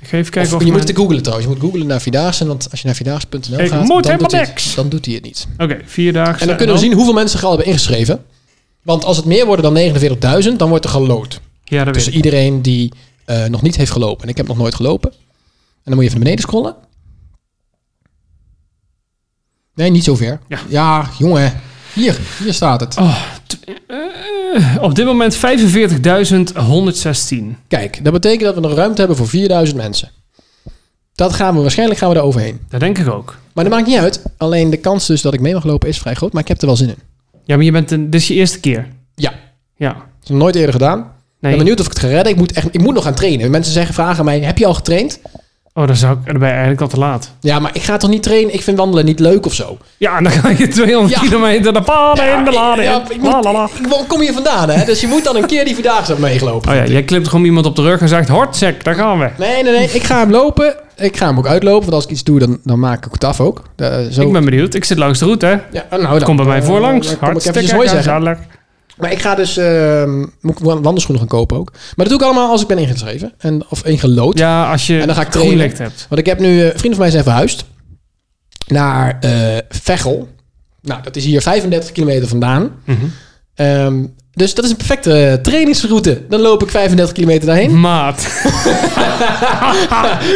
[SPEAKER 1] even
[SPEAKER 3] Of,
[SPEAKER 1] kijken of,
[SPEAKER 3] je moet
[SPEAKER 1] mijn-
[SPEAKER 3] het googelen trouwens. Je moet googelen naar vierdaagse, want als je naar vierdaagse.nl
[SPEAKER 1] Ik moet
[SPEAKER 3] gaat, dan,
[SPEAKER 1] helemaal
[SPEAKER 3] doet hij het-
[SPEAKER 1] niks.
[SPEAKER 3] dan doet hij het niet.
[SPEAKER 1] Oké, vier dagen.
[SPEAKER 3] En dan kunnen we zien hoeveel mensen zich al hebben ingeschreven. Want als het meer worden dan 49.000, dan wordt er geloot.
[SPEAKER 1] Ja, dat weet
[SPEAKER 3] Tussen
[SPEAKER 1] ik.
[SPEAKER 3] iedereen die eh, nog niet heeft gelopen. En ik heb nog nooit gelopen. En dan moet je even naar beneden scrollen. Nee, niet zo ver.
[SPEAKER 1] Ja.
[SPEAKER 3] jongen. Hier, hier staat het.
[SPEAKER 1] Oh, t- eh, op dit moment 45.116.
[SPEAKER 3] Kijk, dat betekent dat we nog ruimte hebben voor 4000 mensen. Dat gaan we, waarschijnlijk gaan we daar overheen.
[SPEAKER 1] Dat denk ik ook.
[SPEAKER 3] Maar dat maakt niet uit. Alleen de kans dus dat ik mee mag lopen is vrij groot. Maar ik heb er wel zin in.
[SPEAKER 1] Ja, maar je bent een, dit is je eerste keer.
[SPEAKER 3] Ja,
[SPEAKER 1] Ja.
[SPEAKER 3] dat is nog nooit eerder gedaan.
[SPEAKER 1] Nee.
[SPEAKER 3] Ik ben benieuwd of ik het ga redden. Ik moet, echt, ik moet nog gaan trainen. Mensen zeggen, vragen mij, heb je al getraind?
[SPEAKER 1] Oh, dan, zou ik, dan ben je eigenlijk al te laat.
[SPEAKER 3] Ja, maar ik ga toch niet trainen? Ik vind wandelen niet leuk of zo.
[SPEAKER 1] Ja, en dan ga je 200
[SPEAKER 3] Ja.
[SPEAKER 1] kilometer de paden in, de
[SPEAKER 3] Ja,
[SPEAKER 1] laden
[SPEAKER 3] ik-
[SPEAKER 1] in.
[SPEAKER 3] ja, ik, moet-
[SPEAKER 1] la, la, la.
[SPEAKER 3] ik wo- kom hier vandaan, hè? Dus je moet dan een keer die Vierdaagse hebben meegelopen.
[SPEAKER 1] Oh ja, jij klipt gewoon iemand op de rug en zegt, hortzek, daar gaan we.
[SPEAKER 3] Nee, nee, nee. Ik ga hem lopen. Ik ga hem ook uitlopen. Want als ik iets doe, dan, dan maak ik het af ook. Eh, zo.
[SPEAKER 1] Ik ben benieuwd. Ik zit langs de route, hè.
[SPEAKER 3] ja, nou, dan,
[SPEAKER 1] Kom bij mij
[SPEAKER 3] eh,
[SPEAKER 1] voor
[SPEAKER 3] dan
[SPEAKER 1] langs.
[SPEAKER 3] kom ik
[SPEAKER 1] Hartstikke
[SPEAKER 3] eventjes hooi zeggen.
[SPEAKER 1] gezellig.
[SPEAKER 3] Maar ik ga dus... ehm, moet ik wa- wandelschoenen gaan kopen ook. Maar dat doe ik allemaal als ik ben ingeschreven. En, of ingelood.
[SPEAKER 1] Ja, als je
[SPEAKER 3] En dan ga ik
[SPEAKER 1] groen
[SPEAKER 3] trainen.
[SPEAKER 1] licht hebt.
[SPEAKER 3] Want ik heb nu, eh, vrienden van mij zijn verhuisd naar eh Veghel. Nou, dat is hier 35 kilometer vandaan.
[SPEAKER 1] Mhm.
[SPEAKER 3] Ehm, dus dat is een perfecte eh, trainingsroute. Dan loop ik 35 kilometer daarheen.
[SPEAKER 1] Maat.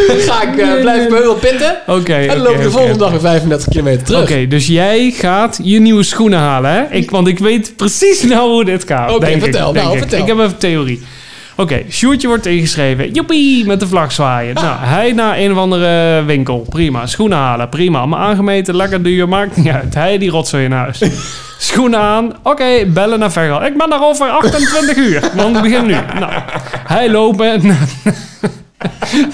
[SPEAKER 3] Dan ga ik eh, blijven bij Heul pinten.
[SPEAKER 1] Oké, oké,
[SPEAKER 3] en dan loop ik de
[SPEAKER 1] oké, oké.
[SPEAKER 3] volgende dag weer 35 kilometer terug.
[SPEAKER 1] Oké, dus jij gaat je nieuwe schoenen halen, hè? Ik, want ik weet precies nou hoe dit gaat.
[SPEAKER 3] Oké,
[SPEAKER 1] denk ik,
[SPEAKER 3] vertel,
[SPEAKER 1] denk
[SPEAKER 3] nou,
[SPEAKER 1] ik.
[SPEAKER 3] vertel.
[SPEAKER 1] Ik heb een theorie. Oké, Sjoerdje wordt ingeschreven. Joepie, met de vlag zwaaien.
[SPEAKER 3] Ah.
[SPEAKER 1] Nou, hij naar een of andere winkel. Prima. Schoenen halen, prima. Allemaal aangemeten, lekker duur, maakt niet uit. Hij die rotzooi in huis. Schoenen aan. Oké, bellen naar Vergal. Ik ben daar over 28 uur, want we beginnen nu. Nou, hij lopen. Na,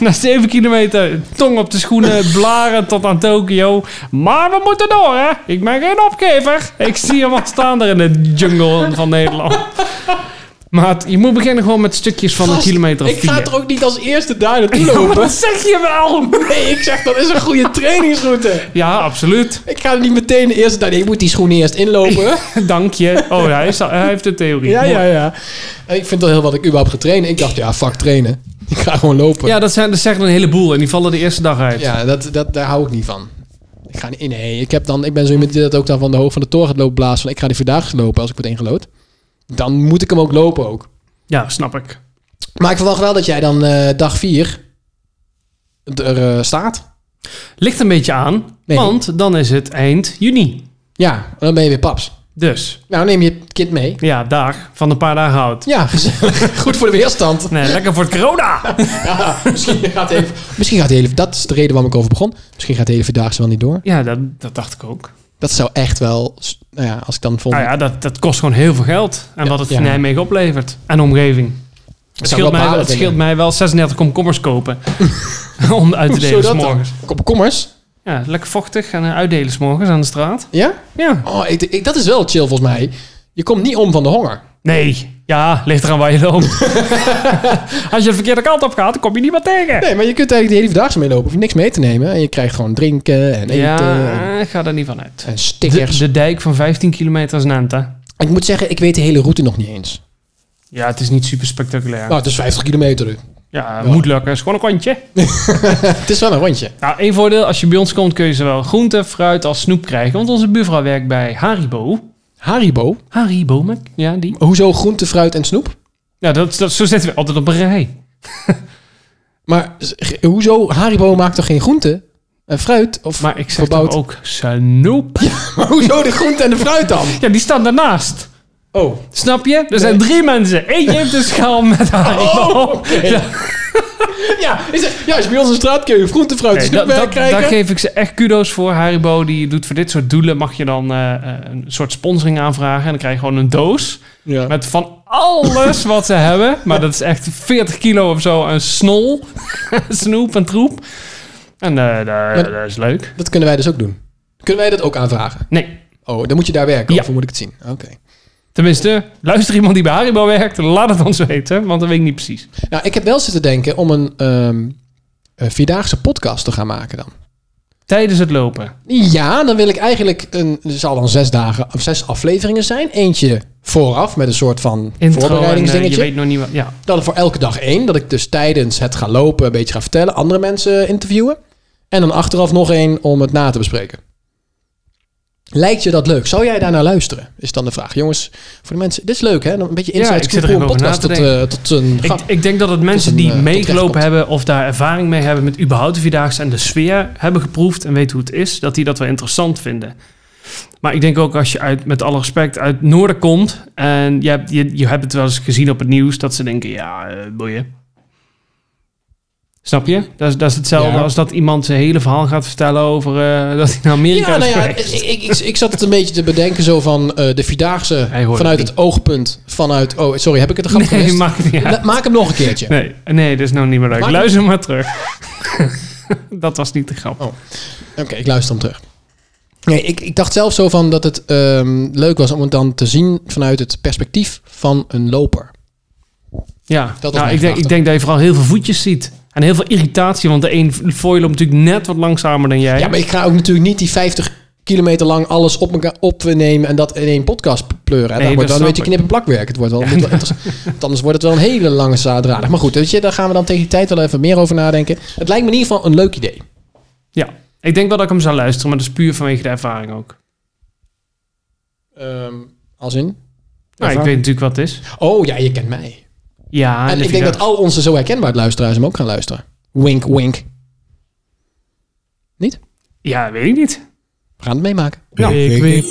[SPEAKER 1] na 7 kilometer tong op de schoenen, blaren tot aan Tokio. Maar we moeten door, hè? Ik ben geen opgever. Ik zie hem al staan daar in de jungle van Nederland. Maat, je moet beginnen gewoon met stukjes van een
[SPEAKER 3] Gast,
[SPEAKER 1] kilometer of
[SPEAKER 3] ik
[SPEAKER 1] vier.
[SPEAKER 3] ga er ook niet als eerste daar naartoe
[SPEAKER 1] Ja, maar
[SPEAKER 3] lopen.
[SPEAKER 1] dat zeg je wel.
[SPEAKER 3] Nee, ik zeg dat is een goede trainingsroute.
[SPEAKER 1] Ja, absoluut.
[SPEAKER 3] Ik ga er niet meteen de eerste daar. nee, ik moet die schoenen eerst inlopen.
[SPEAKER 1] Dank je. Oh, hij, is al- hij heeft de theorie.
[SPEAKER 3] Ja, ja, ja. En ik vind al heel wat ik überhaupt getraind. Ik dacht, ja, fuck trainen. Ik ga gewoon lopen.
[SPEAKER 1] Ja, dat, zijn, dat zeggen een heleboel en die vallen de eerste dag uit.
[SPEAKER 3] Ja, dat, dat, daar hou ik niet van. Ik ga niet, nee, ik, heb dan, ik ben zo iemand die dat ook dan van de hoog van de toren gaat lopen blazen. Van, ik ga die vandaag lopen als ik word ingelood. Dan moet ik hem ook lopen ook.
[SPEAKER 1] Ja, snap ik.
[SPEAKER 3] Maar ik verwacht wel dat jij dan eh, dag 4 er eh, staat.
[SPEAKER 1] Ligt een beetje aan,
[SPEAKER 3] Nee.
[SPEAKER 1] want dan is het eind juni.
[SPEAKER 3] Ja, dan ben je weer paps.
[SPEAKER 1] Dus,
[SPEAKER 3] Nou, neem je het kind mee.
[SPEAKER 1] ja, dag. Van een paar dagen hout.
[SPEAKER 3] Ja, gezellig. goed voor de weerstand.
[SPEAKER 1] Nee, lekker voor het corona.
[SPEAKER 3] Ja, Nou, misschien gaat hij even... Misschien gaat hij even... Dat is de reden waarom ik over begon. Misschien gaat hij even daags wel niet door.
[SPEAKER 1] Ja, dat, dat dacht ik ook.
[SPEAKER 3] Dat zou echt wel... Nou ja, als ik dan volgende...
[SPEAKER 1] Nou ja, dat, dat kost gewoon heel veel geld. En wat het voor
[SPEAKER 3] ja.
[SPEAKER 1] Nijmegen oplevert. En omgeving. Het
[SPEAKER 3] zou
[SPEAKER 1] scheelt,
[SPEAKER 3] wel
[SPEAKER 1] mij,
[SPEAKER 3] balen,
[SPEAKER 1] het
[SPEAKER 3] denk
[SPEAKER 1] scheelt
[SPEAKER 3] ik.
[SPEAKER 1] mij wel 36 komkommers kopen. om uit te delen
[SPEAKER 3] Hoezo dat dan?
[SPEAKER 1] s'morgens.
[SPEAKER 3] Komkommers?
[SPEAKER 1] Ja, lekker vochtig en eh, uitdelen s'morgens aan de straat.
[SPEAKER 3] Ja?
[SPEAKER 1] Ja.
[SPEAKER 3] Oh, ik, ik- dat is wel chill volgens mij. Je komt niet om van de honger.
[SPEAKER 1] Nee, ja, ligt eraan waar je loopt. Als je de verkeerde kant op gaat, dan kom je niemand tegen.
[SPEAKER 3] Nee, maar je kunt eigenlijk de hele dag meelopen. Hoef je niks mee te nemen. En je krijgt gewoon drinken en eten en,
[SPEAKER 1] Ja, ik ga er niet van uit.
[SPEAKER 3] en
[SPEAKER 1] De,
[SPEAKER 3] stickers.
[SPEAKER 1] de dijk van 15 kilometer is Nanta.
[SPEAKER 3] Ik moet zeggen, ik weet de hele route nog niet eens.
[SPEAKER 1] Ja, het is niet super spectaculair.
[SPEAKER 3] Nou, het is 50 kilometer. dus.
[SPEAKER 1] Ja, moet lukken. is gewoon een rondje.
[SPEAKER 3] Het is wel een rondje.
[SPEAKER 1] Nou, één voordeel. Als je bij ons komt, kun je zowel groente, fruit als snoep krijgen. Want onze buurvrouw werkt bij Haribo.
[SPEAKER 3] Haribo.
[SPEAKER 1] Haribo, Mac? Ja, die.
[SPEAKER 3] Hoezo groente, fruit en snoep?
[SPEAKER 1] Ja, dat, dat, zo zetten we altijd op een rij.
[SPEAKER 3] Maar z- g- hoezo? Haribo maakt toch geen groente en fruit? Of,
[SPEAKER 1] Maar ik zeg
[SPEAKER 3] Verbouwd.
[SPEAKER 1] toch ook snoep. Ja.
[SPEAKER 3] maar hoezo de groente en de fruit dan?
[SPEAKER 1] die staan daarnaast.
[SPEAKER 3] Oh.
[SPEAKER 1] Snap je? Er zijn drie mensen. Eentje heeft een schaal met Haribo.
[SPEAKER 3] Ja, is het- ja, als je bij ons in de straat kun je groente, fruit en
[SPEAKER 1] Nee,
[SPEAKER 3] snoep
[SPEAKER 1] dat-
[SPEAKER 3] wel
[SPEAKER 1] dat-
[SPEAKER 3] krijgen.
[SPEAKER 1] daar geef ik ze echt kudo's voor. Haribo die doet voor dit soort doelen mag je dan eh, eh, een soort sponsoring aanvragen. En dan krijg je gewoon een doos
[SPEAKER 3] ja.
[SPEAKER 1] met van alles wat ze hebben. Maar dat is echt 40 kilo of zo. Een snol, snoep en troep. En eh, daar-
[SPEAKER 3] Maar-
[SPEAKER 1] dat is leuk.
[SPEAKER 3] Dat kunnen wij dus ook doen. Kunnen wij dat ook aanvragen?
[SPEAKER 1] Nee,
[SPEAKER 3] Oh, dan moet je daar werken.
[SPEAKER 1] Ja.
[SPEAKER 3] Of hoe moet ik het zien? Oké.
[SPEAKER 1] tenminste, luister iemand die bij Haribo werkt. Laat het ons weten, want dat weet ik niet precies.
[SPEAKER 3] Nou, ik heb wel zitten denken om een, ehm, een vierdaagse podcast te gaan maken dan.
[SPEAKER 1] Tijdens het lopen.
[SPEAKER 3] Ja, dan wil ik eigenlijk een. Er zal dan zes dagen of zes afleveringen zijn. Eentje vooraf met een soort van
[SPEAKER 1] Intro en eh, je
[SPEAKER 3] voorbereidingsdingetje.
[SPEAKER 1] weet nog niet wat... Ja,
[SPEAKER 3] Dan voor elke dag één. Dat ik dus tijdens het gaan lopen een beetje ga vertellen. Andere mensen interviewen. En dan achteraf nog één om het na te bespreken. Lijkt je dat leuk? Zou jij daar naar luisteren? Is dan de vraag. Jongens, voor de mensen. Dit is leuk, hè? Dan Een beetje
[SPEAKER 1] Ja,
[SPEAKER 3] insight
[SPEAKER 1] ik zit
[SPEAKER 3] scoop
[SPEAKER 1] er
[SPEAKER 3] hoe een
[SPEAKER 1] even
[SPEAKER 3] podcast
[SPEAKER 1] over na
[SPEAKER 3] tot,
[SPEAKER 1] te
[SPEAKER 3] eh, tot een
[SPEAKER 1] Ik,
[SPEAKER 3] grap.
[SPEAKER 1] ik denk dat het mensen
[SPEAKER 3] een,
[SPEAKER 1] die
[SPEAKER 3] eh, tot recht
[SPEAKER 1] meegelopen
[SPEAKER 3] komt.
[SPEAKER 1] hebben of daar ervaring mee hebben met überhaupt de vierdaagse en de sfeer hebben geproefd en weten hoe het is, dat die dat wel interessant vinden. Maar ik denk ook als je uit, met alle respect uit Noorden komt en je hebt, je, je hebt het wel eens gezien op het nieuws, dat ze denken, ja, eh, boeien. Snap je? Dat is, dat is hetzelfde
[SPEAKER 3] Ja.
[SPEAKER 1] als dat iemand zijn hele verhaal gaat vertellen over eh, dat hij naar Amerika
[SPEAKER 3] Ja, nou ja, ik,
[SPEAKER 1] is geweest.
[SPEAKER 3] ik, ik, ik zat het een beetje te bedenken zo van eh, de Vierdaagse
[SPEAKER 1] Hij hoort
[SPEAKER 3] vanuit
[SPEAKER 1] het
[SPEAKER 3] het oogpunt vanuit... Oh, sorry, heb ik het er grap
[SPEAKER 1] Nee,
[SPEAKER 3] gemist?
[SPEAKER 1] maakt niet uit.
[SPEAKER 3] La- Maak hem nog een keertje.
[SPEAKER 1] Nee, nee, dat is nou niet meer leuk.
[SPEAKER 3] Maakt-
[SPEAKER 1] Luister maar terug. dat was niet de grap.
[SPEAKER 3] Oh. Oké, ik luister hem terug. Nee, ik, ik dacht zelf zo van dat het ehm, leuk was om het dan te zien vanuit het perspectief van een loper.
[SPEAKER 1] Ja,
[SPEAKER 3] was
[SPEAKER 1] nou,
[SPEAKER 3] mijn
[SPEAKER 1] ik, denk,
[SPEAKER 3] gedachte.
[SPEAKER 1] ik denk dat je vooral heel veel voetjes ziet. En heel veel irritatie, want de een foil loopt natuurlijk net wat langzamer dan jij.
[SPEAKER 3] Ja, maar ik ga ook natuurlijk niet die 50 kilometer lang alles op elkaar opnemen en dat in één podcast pleuren. En
[SPEAKER 1] Nee,
[SPEAKER 3] dat wordt
[SPEAKER 1] dat
[SPEAKER 3] wel een beetje
[SPEAKER 1] snap
[SPEAKER 3] knip en plakwerk. Het wordt wel, moet wel interessant. Want anders wordt het wel een hele lange zaaddradig. Maar goed, weet je, daar gaan we dan tegen die tijd wel even meer over nadenken. Het lijkt me in ieder geval een leuk idee.
[SPEAKER 1] Ja, ik denk wel dat ik hem zou luisteren, maar dat is puur vanwege de ervaring ook.
[SPEAKER 3] Ehm, als in?
[SPEAKER 1] Nou, ik
[SPEAKER 3] Ervaring.
[SPEAKER 1] weet natuurlijk wat het is.
[SPEAKER 3] Oh ja, je kent mij.
[SPEAKER 1] Ja,
[SPEAKER 3] en ik denk dat al onze zo herkenbaar luisteraars hem ook gaan luisteren. Wink, wink. Niet?
[SPEAKER 1] Ja, weet ik niet.
[SPEAKER 3] We gaan het meemaken.
[SPEAKER 1] Ja.
[SPEAKER 2] Ik weet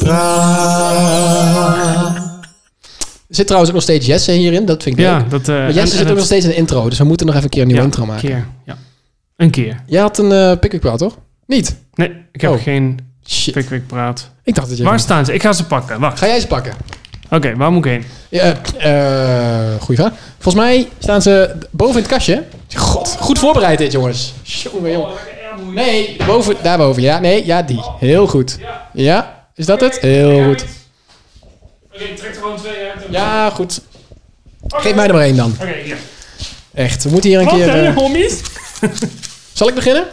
[SPEAKER 3] Er zit trouwens ook nog steeds Jesse hierin. Dat vind ik
[SPEAKER 1] Ja,
[SPEAKER 3] leuk.
[SPEAKER 1] dat... eh,
[SPEAKER 3] Maar
[SPEAKER 1] en- en
[SPEAKER 3] Jesse zit ook
[SPEAKER 1] het-
[SPEAKER 3] nog steeds in de intro. Dus we moeten nog even een keer een nieuwe
[SPEAKER 1] ja,
[SPEAKER 3] intro maken.
[SPEAKER 1] Een keer, ja. Een keer.
[SPEAKER 3] Jij had een eh pick-up wel, toch? Niet?
[SPEAKER 1] Nee, ik heb
[SPEAKER 3] Oh.
[SPEAKER 1] geen
[SPEAKER 3] Shit.
[SPEAKER 1] pickwick praat.
[SPEAKER 3] Ik dacht dat je...
[SPEAKER 1] Waar staan ze? Ik ga ze pakken. Wacht.
[SPEAKER 3] Ga jij ze pakken?
[SPEAKER 1] Oké, waar moet ik heen?
[SPEAKER 3] Ja, eh, eh, goeie vraag. Volgens mij staan ze boven in het kastje. God, goed voorbereid dit, jongens. Jongen, jongen. Oh. Nee, boven, daarboven. Ja, nee, ja, die. Heel goed. Ja, is dat het? Heel goed.
[SPEAKER 1] Oké, trek er gewoon twee uit.
[SPEAKER 3] Ja, goed. Geef mij er maar één dan.
[SPEAKER 1] Oké, hier.
[SPEAKER 3] Echt, we moeten hier een keer... eh,
[SPEAKER 1] homies?
[SPEAKER 3] zal ik beginnen?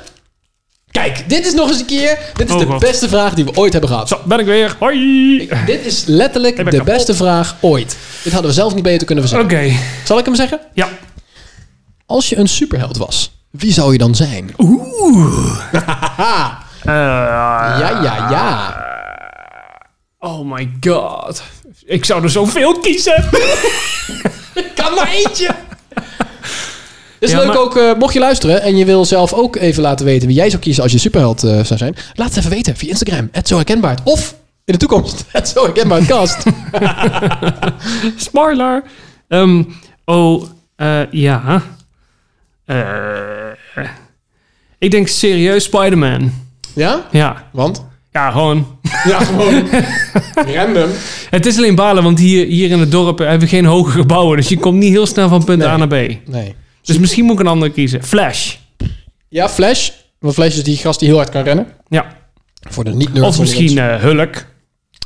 [SPEAKER 3] Kijk, dit is nog eens een keer... Dit is
[SPEAKER 1] Oh,
[SPEAKER 3] de
[SPEAKER 1] God.
[SPEAKER 3] beste vraag die we ooit hebben gehad.
[SPEAKER 1] Zo, ben ik weer. Hoi!
[SPEAKER 3] Dit is
[SPEAKER 1] Ik
[SPEAKER 3] letterlijk
[SPEAKER 1] ben
[SPEAKER 3] de
[SPEAKER 1] kapot.
[SPEAKER 3] beste vraag ooit. Dit hadden we zelf niet beter kunnen
[SPEAKER 1] Oké,
[SPEAKER 3] verzinnen.
[SPEAKER 1] Oh.
[SPEAKER 3] Zal ik hem zeggen?
[SPEAKER 1] ja.
[SPEAKER 3] Als je een superheld was, wie zou je dan zijn?
[SPEAKER 1] Eh,
[SPEAKER 3] Ja, ja, ja.
[SPEAKER 1] Oh my god. Ik zou er zoveel kiezen.
[SPEAKER 3] Kan maar eentje. Het is
[SPEAKER 1] Ja,
[SPEAKER 3] leuk
[SPEAKER 1] maar-
[SPEAKER 3] ook, eh, mocht je luisteren en je wil zelf ook even laten weten wie jij zou kiezen als je superheld eh, zou zijn. Laat het even weten via Instagram, @zoherkenbaar Of in de toekomst. Net zo herkenbaar als kast.
[SPEAKER 1] Spoiler! Ehm, oh, eh, ja. Eh, ik denk serieus Spider-Man.
[SPEAKER 3] Ja?
[SPEAKER 1] Ja.
[SPEAKER 3] Want?
[SPEAKER 1] Ja, gewoon.
[SPEAKER 3] Ja, gewoon random.
[SPEAKER 1] Het is alleen balen, want hier, hier in het dorp hebben we geen hoge gebouwen. Dus je komt niet heel snel van punt
[SPEAKER 3] Nee.
[SPEAKER 1] A naar B.
[SPEAKER 3] Nee.
[SPEAKER 1] Dus misschien moet ik een andere kiezen. Flash.
[SPEAKER 3] Ja, Flash. Want Flash is die gast die heel hard kan rennen.
[SPEAKER 1] Ja.
[SPEAKER 3] Voor de niet
[SPEAKER 1] Of misschien eh, Hulk.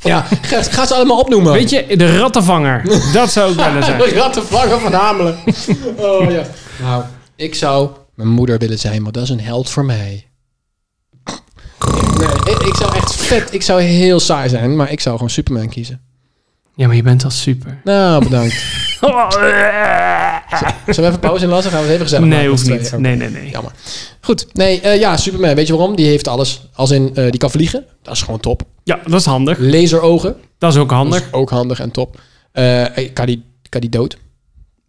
[SPEAKER 3] Ja, ga, ga ze allemaal opnoemen.
[SPEAKER 1] Weet je, de rattenvanger. Dat zou ik willen zijn.
[SPEAKER 3] De ratten vangen van Hamelen. Oh ja. Nou, ik zou mijn moeder willen zijn, maar dat is een held voor mij. Nee, ik, ik zou echt vet, ik zou heel saai zijn, maar ik zou gewoon Superman kiezen.
[SPEAKER 1] Ja, maar je bent al super.
[SPEAKER 3] Nou, bedankt. Zullen we even pauze in lassen? Gaan we het even gezellig
[SPEAKER 1] Nee,
[SPEAKER 3] maken met
[SPEAKER 1] hoeft
[SPEAKER 3] z'n
[SPEAKER 1] niet.
[SPEAKER 3] tweeën?
[SPEAKER 1] Nee, nee, nee.
[SPEAKER 3] Jammer. Goed, nee, eh, ja, Superman, weet je waarom? Die heeft alles. Als in, eh, die kan vliegen. Dat is gewoon top.
[SPEAKER 1] Ja, dat is handig.
[SPEAKER 3] Laserogen.
[SPEAKER 1] Dat is ook
[SPEAKER 3] Dat
[SPEAKER 1] handig.
[SPEAKER 3] is ook handig en top. Eh, kan, die, kan die dood?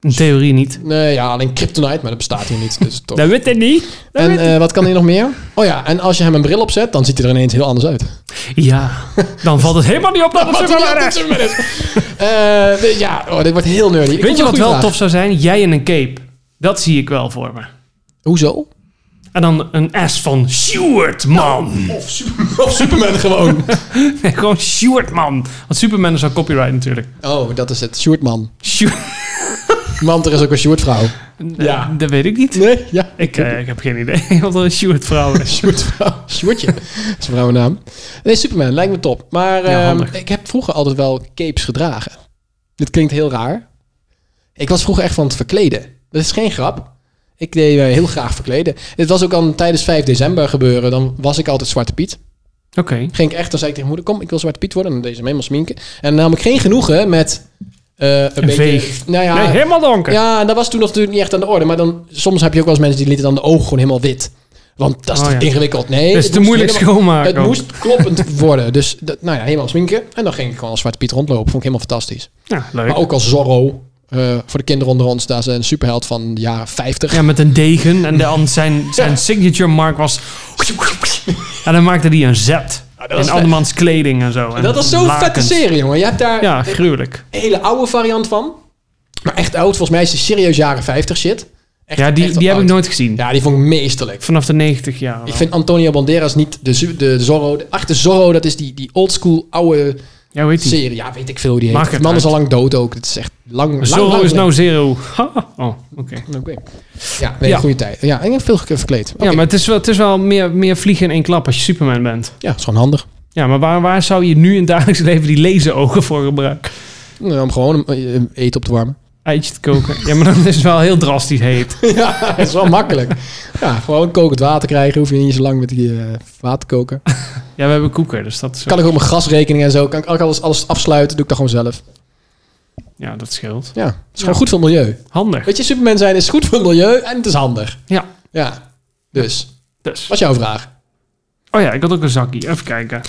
[SPEAKER 1] In theorie niet.
[SPEAKER 3] Nee, ja, alleen kryptonite, maar dat bestaat hier niet. Dus top.
[SPEAKER 1] Dat weet ik niet. Dat
[SPEAKER 3] En
[SPEAKER 1] weet
[SPEAKER 3] eh, wat kan hij nog meer? Oh ja, en als je hem een bril opzet, dan ziet hij er ineens heel anders uit.
[SPEAKER 1] ik- Ja, dan valt het helemaal niet op dat het
[SPEAKER 3] Wat
[SPEAKER 1] Superman
[SPEAKER 3] een
[SPEAKER 1] is.
[SPEAKER 3] Superman is. Eh, nee, ja, oh, dit wordt heel nerdy. Ik
[SPEAKER 1] Weet
[SPEAKER 3] vond het
[SPEAKER 1] je wat
[SPEAKER 3] een goede
[SPEAKER 1] wel
[SPEAKER 3] vraag.
[SPEAKER 1] tof zou zijn? Jij in een cape. Dat zie ik wel voor me.
[SPEAKER 3] Hoezo?
[SPEAKER 1] En dan een S van Stuart, man.
[SPEAKER 3] Of, Superman gewoon.
[SPEAKER 1] Nee, gewoon Stuart, man. Want Superman is al copyright natuurlijk.
[SPEAKER 3] Oh, dat is het. Sjoerdman.
[SPEAKER 1] Stuart,
[SPEAKER 3] Want er is ook een Sjoerdvrouw.
[SPEAKER 1] ja. Eh, dat weet ik niet.
[SPEAKER 3] Nee? Ja.
[SPEAKER 1] Ik, eh, ik heb geen idee wat een Stuart vrouw is.
[SPEAKER 3] Sjoerdvrouw. Sjoerdje. Dat is een vrouwennaam. Nee, Superman. Lijkt me top. Maar
[SPEAKER 1] Ja,
[SPEAKER 3] ehm,
[SPEAKER 1] handig.
[SPEAKER 3] ik heb vroeger altijd wel capes gedragen. Dit klinkt heel raar. Ik was vroeger echt van het verkleden. Dat is geen grap. Ik deed eh, heel graag verkleden. Dit was ook al tijdens 5 december gebeuren. Dan was ik altijd Zwarte Piet.
[SPEAKER 1] Oké.
[SPEAKER 3] Ging ik echt, dan zei ik tegen moeder, kom, ik wil Zwarte Piet worden. En dan deed ze me helemaal sminken. En dan nam ik geen genoegen met... eh, een beetje,
[SPEAKER 1] veeg.
[SPEAKER 3] Nou ja,
[SPEAKER 1] Nee, helemaal donker.
[SPEAKER 3] ja, en dat was toen nog natuurlijk niet echt aan de orde. Maar dan, soms heb je ook wel eens mensen die lieten dan de ogen gewoon helemaal wit. Want dat is
[SPEAKER 1] Oh,
[SPEAKER 3] toch
[SPEAKER 1] ja.
[SPEAKER 3] ingewikkeld. Nee,
[SPEAKER 1] Dus
[SPEAKER 3] het
[SPEAKER 1] te
[SPEAKER 3] moest
[SPEAKER 1] moeilijk
[SPEAKER 3] helemaal-
[SPEAKER 1] schoonmaken.
[SPEAKER 3] Het
[SPEAKER 1] ook.
[SPEAKER 3] moest kloppend worden. Dus dat, nou ja, helemaal sminken. En dan ging ik gewoon als Zwarte Piet rondlopen. Vond ik helemaal fantastisch.
[SPEAKER 1] Ja, leuk.
[SPEAKER 3] Maar ook als Zorro. eh, voor de kinderen onder ons, daar is een superheld van de jaren 50.
[SPEAKER 1] Ja, met een degen. En de, an- zijn, zijn signature mark was... En dan maakte hij een Z.
[SPEAKER 3] was
[SPEAKER 1] in
[SPEAKER 3] vet.
[SPEAKER 1] andermans kleding en zo. En
[SPEAKER 3] dat was zo'n vette
[SPEAKER 1] lakens.
[SPEAKER 3] serie, jongen. Je hebt daar
[SPEAKER 1] Ja, gruwelijk.
[SPEAKER 3] een hele oude variant van. Maar echt oud. Volgens mij is die serieus jaren 50 shit. Echt-
[SPEAKER 1] Ja, die,
[SPEAKER 3] echt
[SPEAKER 1] die heb ik
[SPEAKER 3] oud.
[SPEAKER 1] nooit gezien.
[SPEAKER 3] Ja, die vond ik meesterlijk.
[SPEAKER 1] Vanaf de 90 jaar.
[SPEAKER 3] Ik vind Antonio Banderas niet de, zu- de Zorro. De achter Zorro, dat is die, die oldschool oude
[SPEAKER 1] Ja, weet je.
[SPEAKER 3] serie. Ja, weet ik veel hoe die
[SPEAKER 1] Maakt
[SPEAKER 3] heet.
[SPEAKER 1] het
[SPEAKER 3] Die man is al
[SPEAKER 1] uit.
[SPEAKER 3] lang dood ook. Het is echt lang. lang,
[SPEAKER 1] Zorro
[SPEAKER 3] lang
[SPEAKER 1] is nou
[SPEAKER 3] geleden.
[SPEAKER 1] zero. Ha. Oh, oké.
[SPEAKER 3] Oké. Ja, nee,
[SPEAKER 1] Ja.
[SPEAKER 3] goede tijd. Ja, en veel keer verkleed. Oké.
[SPEAKER 1] Ja, maar het is wel, het is wel meer, meer vliegen in één klap als je Superman bent.
[SPEAKER 3] ja, is gewoon handig.
[SPEAKER 1] Ja, maar waar, waar zou je nu in het dagelijks leven die laserogen voor gebruiken?
[SPEAKER 3] Nou, om gewoon eh, eh, eten op te warmen.
[SPEAKER 1] Eitje te koken. Ja, maar dan is het wel heel drastisch heet.
[SPEAKER 3] ja, dat is wel makkelijk. Ja, gewoon kokend water krijgen. Hoef je niet zo lang met die eh, water te koken.
[SPEAKER 1] Ja, we hebben koeker, dus dat is...
[SPEAKER 3] Kan ik ook mijn gasrekening en zo. Kan ik ook alles, alles afsluiten. Doe ik dat gewoon zelf.
[SPEAKER 1] Ja, dat scheelt.
[SPEAKER 3] Ja, het is gewoon goed voor het milieu.
[SPEAKER 1] Handig.
[SPEAKER 3] Weet je, Superman zijn is goed voor het milieu en het is handig.
[SPEAKER 1] Ja,
[SPEAKER 3] Ja, dus.
[SPEAKER 1] dus.
[SPEAKER 3] Wat is jouw vraag?
[SPEAKER 1] Oh ja, ik had ook een zakje. Even kijken.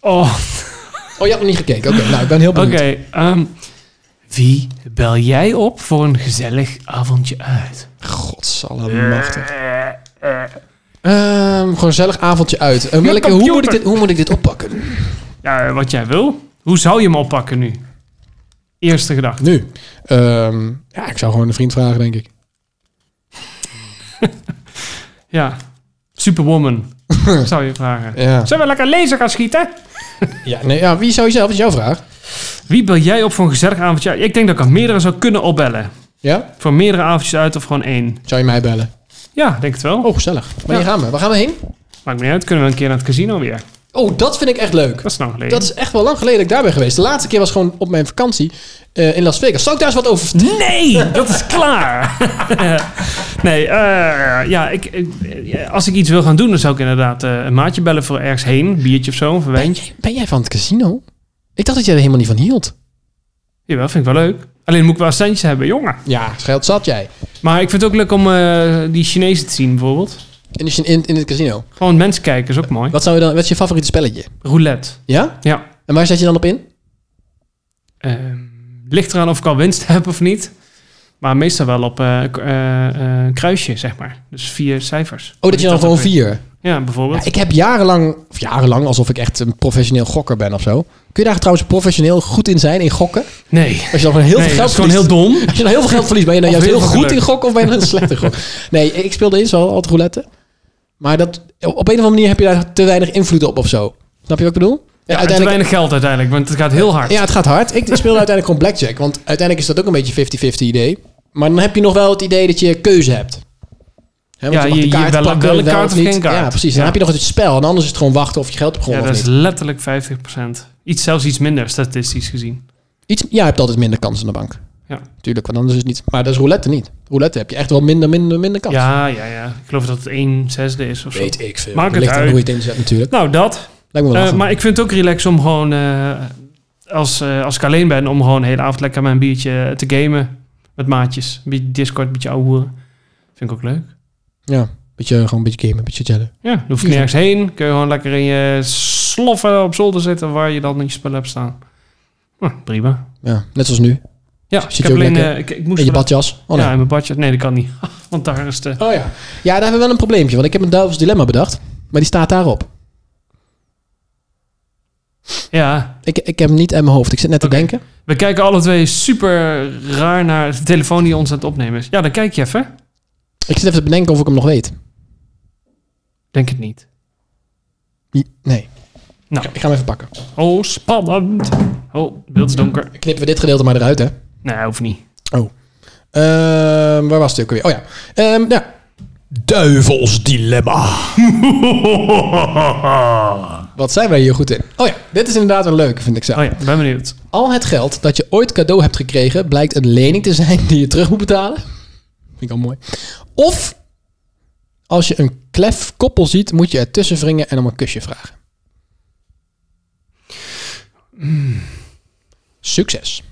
[SPEAKER 1] Oh,
[SPEAKER 3] Oh, je hebt nog niet gekeken. Oké, nou, ik ben heel
[SPEAKER 1] oké.
[SPEAKER 3] benieuwd.
[SPEAKER 1] ehm, wie bel jij op voor een gezellig avondje uit? Eh,
[SPEAKER 3] Godsallemachtig. Ehm, gewoon een gezellig avondje uit. Eh, welke- hoe,
[SPEAKER 1] computer.
[SPEAKER 3] moet ik dit, hoe moet ik dit oppakken?
[SPEAKER 1] Ja, eh, wat jij wil. Hoe zou je hem oppakken nu? Eerste gedachte.
[SPEAKER 3] Nu? Ehm, ja, ik zou gewoon een vriend vragen, denk ik.
[SPEAKER 1] Ja. Superwoman. zou je vragen.
[SPEAKER 3] Ja,
[SPEAKER 1] Zullen we lekker lezen gaan schieten?
[SPEAKER 3] ja, nee, ja wie zou je zelf? Wat is jouw vraag?
[SPEAKER 1] Wie bel jij op voor een gezellig avondje? uit? Ik denk dat ik er meerdere zou kunnen opbellen.
[SPEAKER 3] Ja?
[SPEAKER 1] Voor meerdere avondjes uit of gewoon één.
[SPEAKER 3] Zou je mij bellen?
[SPEAKER 1] Ja, denk het wel.
[SPEAKER 3] Oh, gezellig. Wanneer
[SPEAKER 1] Ja.
[SPEAKER 3] gaan we? Waar gaan we heen?
[SPEAKER 1] Maakt niet uit. Kunnen we een keer naar het casino weer.
[SPEAKER 3] Oh, dat vind ik echt leuk.
[SPEAKER 1] Dat is lang geleden.
[SPEAKER 3] Dat is echt wel lang geleden dat ik daar ben geweest. De laatste keer was gewoon op mijn vakantie eh, in Las Vegas. Zou ik daar eens wat over vertellen?
[SPEAKER 1] Nee, dat is klaar. nee, eh, ja, ik, ik- eh, als ik iets wil gaan doen, dan zou ik inderdaad eh, een maatje bellen voor ergens heen. Een biertje of zo, of een
[SPEAKER 3] Ben
[SPEAKER 1] wijntje.
[SPEAKER 3] jij, ben jij van het casino? Ik dacht dat jij er helemaal niet van hield.
[SPEAKER 1] Jawel, vind ik wel leuk. Alleen moet ik wel centjes hebben, jongen.
[SPEAKER 3] Ja, geld zat jij.
[SPEAKER 1] Maar ik vind het ook leuk om eh, die Chinezen te zien, bijvoorbeeld.
[SPEAKER 3] In, de- in, in het casino.
[SPEAKER 1] Gewoon mensen kijken is ook mooi.
[SPEAKER 3] Wat, zou je dan, wat is je favoriete spelletje?
[SPEAKER 1] Roulette.
[SPEAKER 3] Ja?
[SPEAKER 1] Ja.
[SPEAKER 3] En waar zet je dan op in?
[SPEAKER 1] Ehm, ligt eraan of ik al winst heb of niet. Maar meestal wel op eh, k- eh, eh, kruisje, zeg maar. Dus vier cijfers.
[SPEAKER 3] Oh, dat je dan
[SPEAKER 1] ook
[SPEAKER 3] gewoon
[SPEAKER 1] weet.
[SPEAKER 3] vier.
[SPEAKER 1] Ja, bijvoorbeeld.
[SPEAKER 3] Ja, ik heb jarenlang, of jarenlang, alsof ik echt een professioneel gokker ben of zo. Kun je daar trouwens professioneel goed in zijn, in gokken?
[SPEAKER 1] Nee.
[SPEAKER 3] Als je dan heel
[SPEAKER 1] nee, dat
[SPEAKER 3] veel geld
[SPEAKER 1] is gewoon
[SPEAKER 3] verliest.
[SPEAKER 1] heel dom.
[SPEAKER 3] Als je dan heel veel geld verliest, ben je dan
[SPEAKER 1] Of
[SPEAKER 3] juist
[SPEAKER 1] heel
[SPEAKER 3] heel
[SPEAKER 1] veel
[SPEAKER 3] goed
[SPEAKER 1] geluk.
[SPEAKER 3] in gokken of ben je dan een slechte gokker? Nee, ik speelde eens wel altijd roulette. Maar dat, op een of andere manier heb je daar te weinig invloed op of zo. Snap je wat ik bedoel?
[SPEAKER 1] Ja, en te weinig geld uiteindelijk, want het gaat heel hard.
[SPEAKER 3] Ja, het gaat hard. Ik speelde uiteindelijk gewoon blackjack. Want uiteindelijk is dat ook een beetje 50-50 idee. Maar dan heb je nog wel het idee dat je keuze hebt. Hè, want
[SPEAKER 1] Ja,
[SPEAKER 3] mag
[SPEAKER 1] je-
[SPEAKER 3] de
[SPEAKER 1] je
[SPEAKER 3] kaart
[SPEAKER 1] wel-
[SPEAKER 3] pakken,
[SPEAKER 1] wel een kaart
[SPEAKER 3] of
[SPEAKER 1] of
[SPEAKER 3] niet.
[SPEAKER 1] geen kaart.
[SPEAKER 3] Ja, precies. Dan
[SPEAKER 1] Ja.
[SPEAKER 3] heb je nog het spel. En anders is het gewoon wachten of je geld hebt
[SPEAKER 1] Ja,
[SPEAKER 3] gewonnen
[SPEAKER 1] dat
[SPEAKER 3] of
[SPEAKER 1] is
[SPEAKER 3] niet.
[SPEAKER 1] letterlijk 50%. Iets zelfs iets minder, statistisch gezien.
[SPEAKER 3] Iets, ja, je hebt altijd minder kans aan de bank.
[SPEAKER 1] Ja.
[SPEAKER 3] Tuurlijk, want anders is het niet... Maar dat is roulette niet. Roulette heb je echt wel minder, minder, minder kans.
[SPEAKER 1] Ja, ja, ja. Ik geloof dat het 1 zesde is of zo.
[SPEAKER 3] Weet ik veel.
[SPEAKER 1] Maakt het
[SPEAKER 3] Ligt aan
[SPEAKER 1] uit.
[SPEAKER 3] hoe je het inzet natuurlijk.
[SPEAKER 1] Nou, dat.
[SPEAKER 3] Lijkt me wel
[SPEAKER 1] Eh,
[SPEAKER 3] lachen.
[SPEAKER 1] maar ik vind het ook relaxed om gewoon, eh, als, eh, als ik alleen ben, om gewoon de hele avond lekker mijn biertje eh, te gamen. Met maatjes. Een beetje Discord, een beetje ouwehoeren. Vind ik ook leuk.
[SPEAKER 3] Ja, beetje, gewoon een beetje gamen, een beetje chillen.
[SPEAKER 1] Ja, dan hoef je nergens heen. Kun je gewoon lekker in je sloffen op zolder zitten waar je dan je spullen hebt staan. Nou, prima.
[SPEAKER 3] Ja, net zoals nu.
[SPEAKER 1] Ja,
[SPEAKER 3] Zit
[SPEAKER 1] ik,
[SPEAKER 3] je
[SPEAKER 1] heb
[SPEAKER 3] ook
[SPEAKER 1] alleen,
[SPEAKER 3] lekker
[SPEAKER 1] eh, ik, ik moest
[SPEAKER 3] In je
[SPEAKER 1] vandaag-
[SPEAKER 3] badjas. Oh, nee.
[SPEAKER 1] Ja, in mijn badje. Nee, dat kan niet. Want daar is de...
[SPEAKER 3] Oh ja. Ja, daar hebben we wel een probleempje. Want ik heb een duivels dilemma bedacht. Maar die staat daarop.
[SPEAKER 1] Ja,
[SPEAKER 3] Ik, ik heb hem niet uit mijn hoofd. Ik zit net te
[SPEAKER 1] Oké.
[SPEAKER 3] denken.
[SPEAKER 1] we kijken alle twee super raar naar de telefoon die ons aan het opnemen is. Ja, dan kijk je even.
[SPEAKER 3] Ik zit even te bedenken of ik hem nog weet.
[SPEAKER 1] Denk het niet.
[SPEAKER 3] I- Nee.
[SPEAKER 1] Nou.
[SPEAKER 3] Ik ga hem even pakken.
[SPEAKER 1] Oh, spannend. Oh, beeld is donker.
[SPEAKER 3] Knippen we dit gedeelte maar eruit, hè?
[SPEAKER 1] Nee, hoeft niet.
[SPEAKER 3] Ehm, waar was het ook weer? Oh ja. Ehm ja. Duivels dilemma. Wat zijn wij hier goed in? Oh ja, dit is inderdaad een leuke, vind ik zo.
[SPEAKER 1] Oh ja, ben benieuwd.
[SPEAKER 3] Al het geld dat je ooit cadeau hebt gekregen, blijkt een lening te zijn die je terug moet betalen. Vind ik al mooi. Of als je een klef koppel ziet, moet je ertussen wringen en om een kusje vragen. Succes.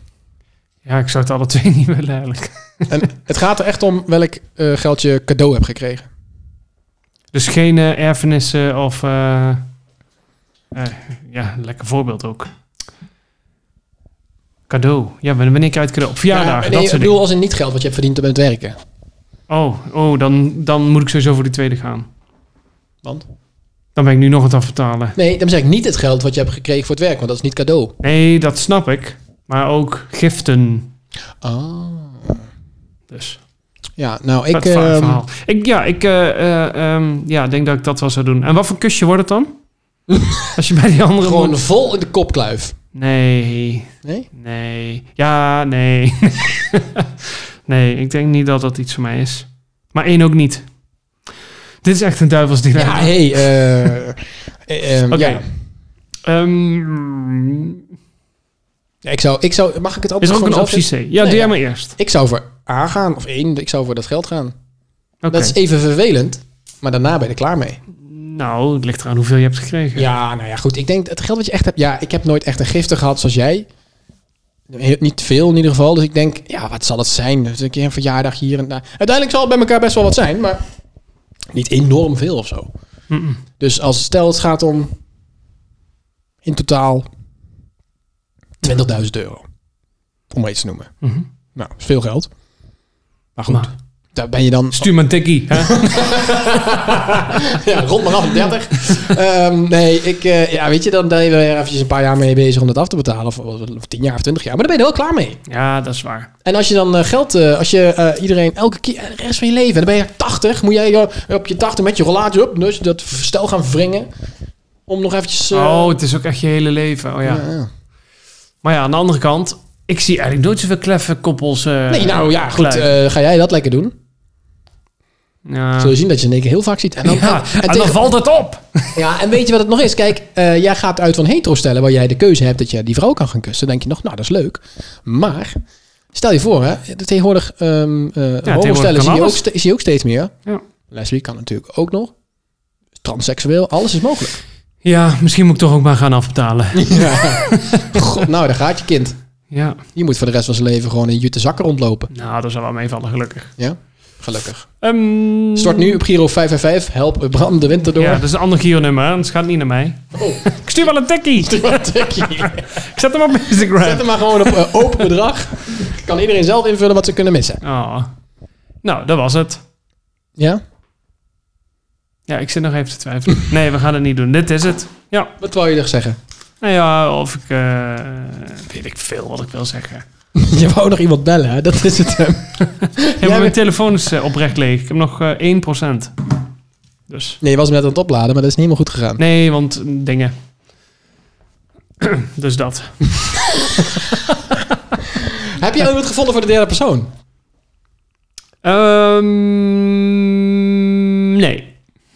[SPEAKER 1] Ja, ik zou het alle twee niet willen eigenlijk.
[SPEAKER 3] En het gaat er echt om welk eh, geld je cadeau hebt gekregen.
[SPEAKER 1] Dus geen eh, erfenissen of... eh, eh, ja, lekker voorbeeld ook. Cadeau. Ja, wanneer ben ik uit cadeau? Op verjaardag,
[SPEAKER 3] nee,
[SPEAKER 1] dat
[SPEAKER 3] ik
[SPEAKER 1] soort
[SPEAKER 3] bedoel
[SPEAKER 1] dingen.
[SPEAKER 3] als in niet geld wat je hebt verdiend met werken.
[SPEAKER 1] Oh, oh dan, dan moet ik sowieso voor die tweede gaan.
[SPEAKER 3] Want?
[SPEAKER 1] Dan ben ik nu nog aan het afbetalen.
[SPEAKER 3] Nee, dan zeg ik niet het geld wat je hebt gekregen voor het werk, want dat is niet cadeau.
[SPEAKER 1] Nee, dat snap ik. Maar ook giften.
[SPEAKER 3] Ah.
[SPEAKER 1] Dus
[SPEAKER 3] Ja, nou
[SPEAKER 1] ik,
[SPEAKER 3] ik... ehm,
[SPEAKER 1] verhaal. Ik, ja, ik eh, eh, ehm, ja, denk dat ik dat wel zou doen. En wat voor kusje wordt het dan? Als je bij die andere...
[SPEAKER 3] gewoon
[SPEAKER 1] moet-
[SPEAKER 3] vol in de kopkluif.
[SPEAKER 1] Nee,
[SPEAKER 3] Nee?
[SPEAKER 1] nee. Ja, nee. nee, ik denk niet dat dat iets voor mij is. Maar één ook niet. Dit is echt een duivels dilemma.
[SPEAKER 3] Ja, hey, eh, eh, ehm,
[SPEAKER 1] Oké.
[SPEAKER 3] ja.
[SPEAKER 1] Ehm,
[SPEAKER 3] Ja, ik zou, ik zou, mag ik het
[SPEAKER 1] is
[SPEAKER 3] antwoord
[SPEAKER 1] er ook
[SPEAKER 3] voor
[SPEAKER 1] een
[SPEAKER 3] mezelf
[SPEAKER 1] optie
[SPEAKER 3] vinden?
[SPEAKER 1] C? Ja,
[SPEAKER 3] Nee,
[SPEAKER 1] doe
[SPEAKER 3] ja.
[SPEAKER 1] jij maar eerst.
[SPEAKER 3] Ik zou voor A gaan, of één, ik zou voor dat geld gaan.
[SPEAKER 1] Oké.
[SPEAKER 3] Dat is even vervelend, maar daarna ben je er klaar mee.
[SPEAKER 1] Nou, het ligt eraan hoeveel je hebt gekregen.
[SPEAKER 3] Ja, nou ja, goed. Ik denk, het geld wat je echt hebt... Ja, ik heb nooit echt een gifte gehad zoals jij. Heel- niet veel in ieder geval. Dus ik denk, ja, wat zal het zijn? Dus een keer een verjaardag hier en daar. Uiteindelijk zal het bij elkaar best wel wat zijn, maar... Niet enorm veel of zo.
[SPEAKER 1] Mm-mm.
[SPEAKER 3] Dus als stel het gaat om... In totaal... 20.000 euro. Om maar iets te noemen.
[SPEAKER 1] Mhm.
[SPEAKER 3] Nou, is veel geld. Maar goed,
[SPEAKER 1] Maar-
[SPEAKER 3] daar ben je dan...
[SPEAKER 1] Stuur me een tikkie. Hè?
[SPEAKER 3] ja, rond maar af, 30. Ehm, nee, ik, eh, ja, weet je, dan ben je weer eventjes een paar jaar mee bezig om dat af te betalen. Of, of 10 jaar of 20 jaar. Maar dan ben je er wel klaar mee.
[SPEAKER 1] ja, dat is waar.
[SPEAKER 3] En als je dan eh, geld, eh, als je eh, iedereen elke keer, eh, de rest van je leven, dan ben je 80, moet jij eh, op je 80 met je rollator op, dus dat stel gaan wringen. Om nog eventjes. eh,
[SPEAKER 1] Oh, het is ook echt je hele leven. Oh ja. Maar ja, aan de andere kant, ik zie eigenlijk nooit zoveel kleffe koppels. eh,
[SPEAKER 3] Nee, nou ja, goed.
[SPEAKER 1] kluif.
[SPEAKER 3] eh, ga jij dat lekker doen?
[SPEAKER 1] ja.
[SPEAKER 3] Zul je zien dat je in één keer heel vaak ziet. En dan,
[SPEAKER 1] Ja, en, dan
[SPEAKER 3] tegen-
[SPEAKER 1] valt het op.
[SPEAKER 3] Ja, en weet je wat het nog is? Kijk, eh, jij gaat uit van hetero stellen waar jij de keuze hebt dat je die vrouw kan gaan kussen. Dan denk je nog, nou, dat is leuk. Maar stel je voor, hè, de tegenwoordig ehm eh homostellen
[SPEAKER 1] kan
[SPEAKER 3] zie je, ook,
[SPEAKER 1] alles.
[SPEAKER 3] ste- zie je ook steeds meer.
[SPEAKER 1] Ja.
[SPEAKER 3] Lesbiek kan natuurlijk ook nog. Transseksueel, alles is mogelijk.
[SPEAKER 1] Ja, misschien moet ik toch ook maar gaan afbetalen.
[SPEAKER 3] God, nou, daar gaat je kind.
[SPEAKER 1] ja,
[SPEAKER 3] Je moet voor de rest van zijn leven gewoon in jute zakken rondlopen.
[SPEAKER 1] nou, dat zal wel meevallen, gelukkig.
[SPEAKER 3] Ja, gelukkig.
[SPEAKER 1] Ehm,
[SPEAKER 3] Stort nu op Giro 555. Help eh, Bram de winter door. Oh.
[SPEAKER 1] Ja, dat is een ander Giro-nummer, hè, anders gaat het niet naar mij. Ik stuur wel een tikkie.
[SPEAKER 3] Wat denk je?
[SPEAKER 1] Ik zet hem op
[SPEAKER 3] Zet
[SPEAKER 1] Instagram.
[SPEAKER 3] hem maar gewoon op eh, open bedrag. Kan iedereen zelf invullen wat ze kunnen missen.
[SPEAKER 1] Oh. Nou, dat was het.
[SPEAKER 3] Ja?
[SPEAKER 1] Ja, ik zit nog even te twijfelen. Nee, we gaan het niet doen. Dit is het. Ja.
[SPEAKER 3] Wat wou je nog zeggen?
[SPEAKER 1] Nou ja, of ik... eh, weet ik veel wat ik wil zeggen.
[SPEAKER 3] Je wou nog iemand bellen, hè? Dat is het. hem.
[SPEAKER 1] Ja, maar mijn
[SPEAKER 3] bent-
[SPEAKER 1] telefoon is eh, oprecht leeg. Ik heb nog eh 1%. Dus.
[SPEAKER 3] Nee, je was hem net aan het opladen, maar dat is niet helemaal goed gegaan.
[SPEAKER 1] Nee, want eh, dingen. dus dat.
[SPEAKER 3] Heb je iemand gevonden voor de derde persoon?
[SPEAKER 1] Ehm, nee.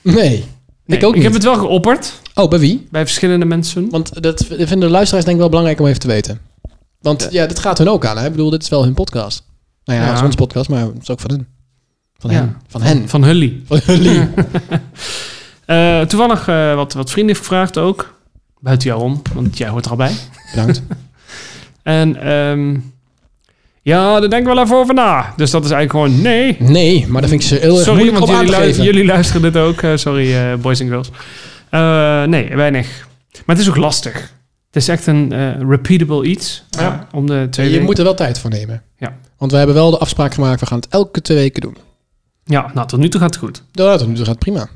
[SPEAKER 3] Nee.
[SPEAKER 1] Nee,
[SPEAKER 3] Ik ook niet.
[SPEAKER 1] heb het wel geopperd
[SPEAKER 3] Oh, bij wie?
[SPEAKER 1] bij verschillende mensen.
[SPEAKER 3] Want dat vinden de luisteraars denk ik wel belangrijk om even te weten. Want ja, dit gaat hun ook aan. Hè? Ik bedoel, dit is wel hun podcast. Nou ja,
[SPEAKER 1] Ja.
[SPEAKER 3] het is ons podcast, maar het is ook van hun. Van
[SPEAKER 1] Ja.
[SPEAKER 3] hen. Van hen.
[SPEAKER 1] Van Hully.
[SPEAKER 3] Van jullie.
[SPEAKER 1] Eh, toevallig eh, wat, wat vrienden gevraagd ook. Buiten jou om, want jij hoort er al bij.
[SPEAKER 3] Bedankt.
[SPEAKER 1] En ehm, ja, daar denk ik wel even over na. Dus dat is eigenlijk gewoon nee.
[SPEAKER 3] Nee, maar dat vind ik ze heel erg
[SPEAKER 1] Sorry,
[SPEAKER 3] moeilijk
[SPEAKER 1] want
[SPEAKER 3] om aan
[SPEAKER 1] jullie,
[SPEAKER 3] te
[SPEAKER 1] lu-
[SPEAKER 3] geven.
[SPEAKER 1] jullie luisteren dit ook. Eh, sorry, eh, boys en girls. Eh, nee, weinig. Maar het is ook lastig. Het is echt een eh, repeatable iets.
[SPEAKER 3] Ja.
[SPEAKER 1] Ja, om de twee
[SPEAKER 3] Je
[SPEAKER 1] weken.
[SPEAKER 3] moet er wel tijd voor nemen.
[SPEAKER 1] Ja.
[SPEAKER 3] Want we hebben wel de afspraak gemaakt, we gaan het elke twee weken doen.
[SPEAKER 1] Ja, nou, tot nu toe gaat het goed.
[SPEAKER 3] Ja, tot nu toe gaat het prima.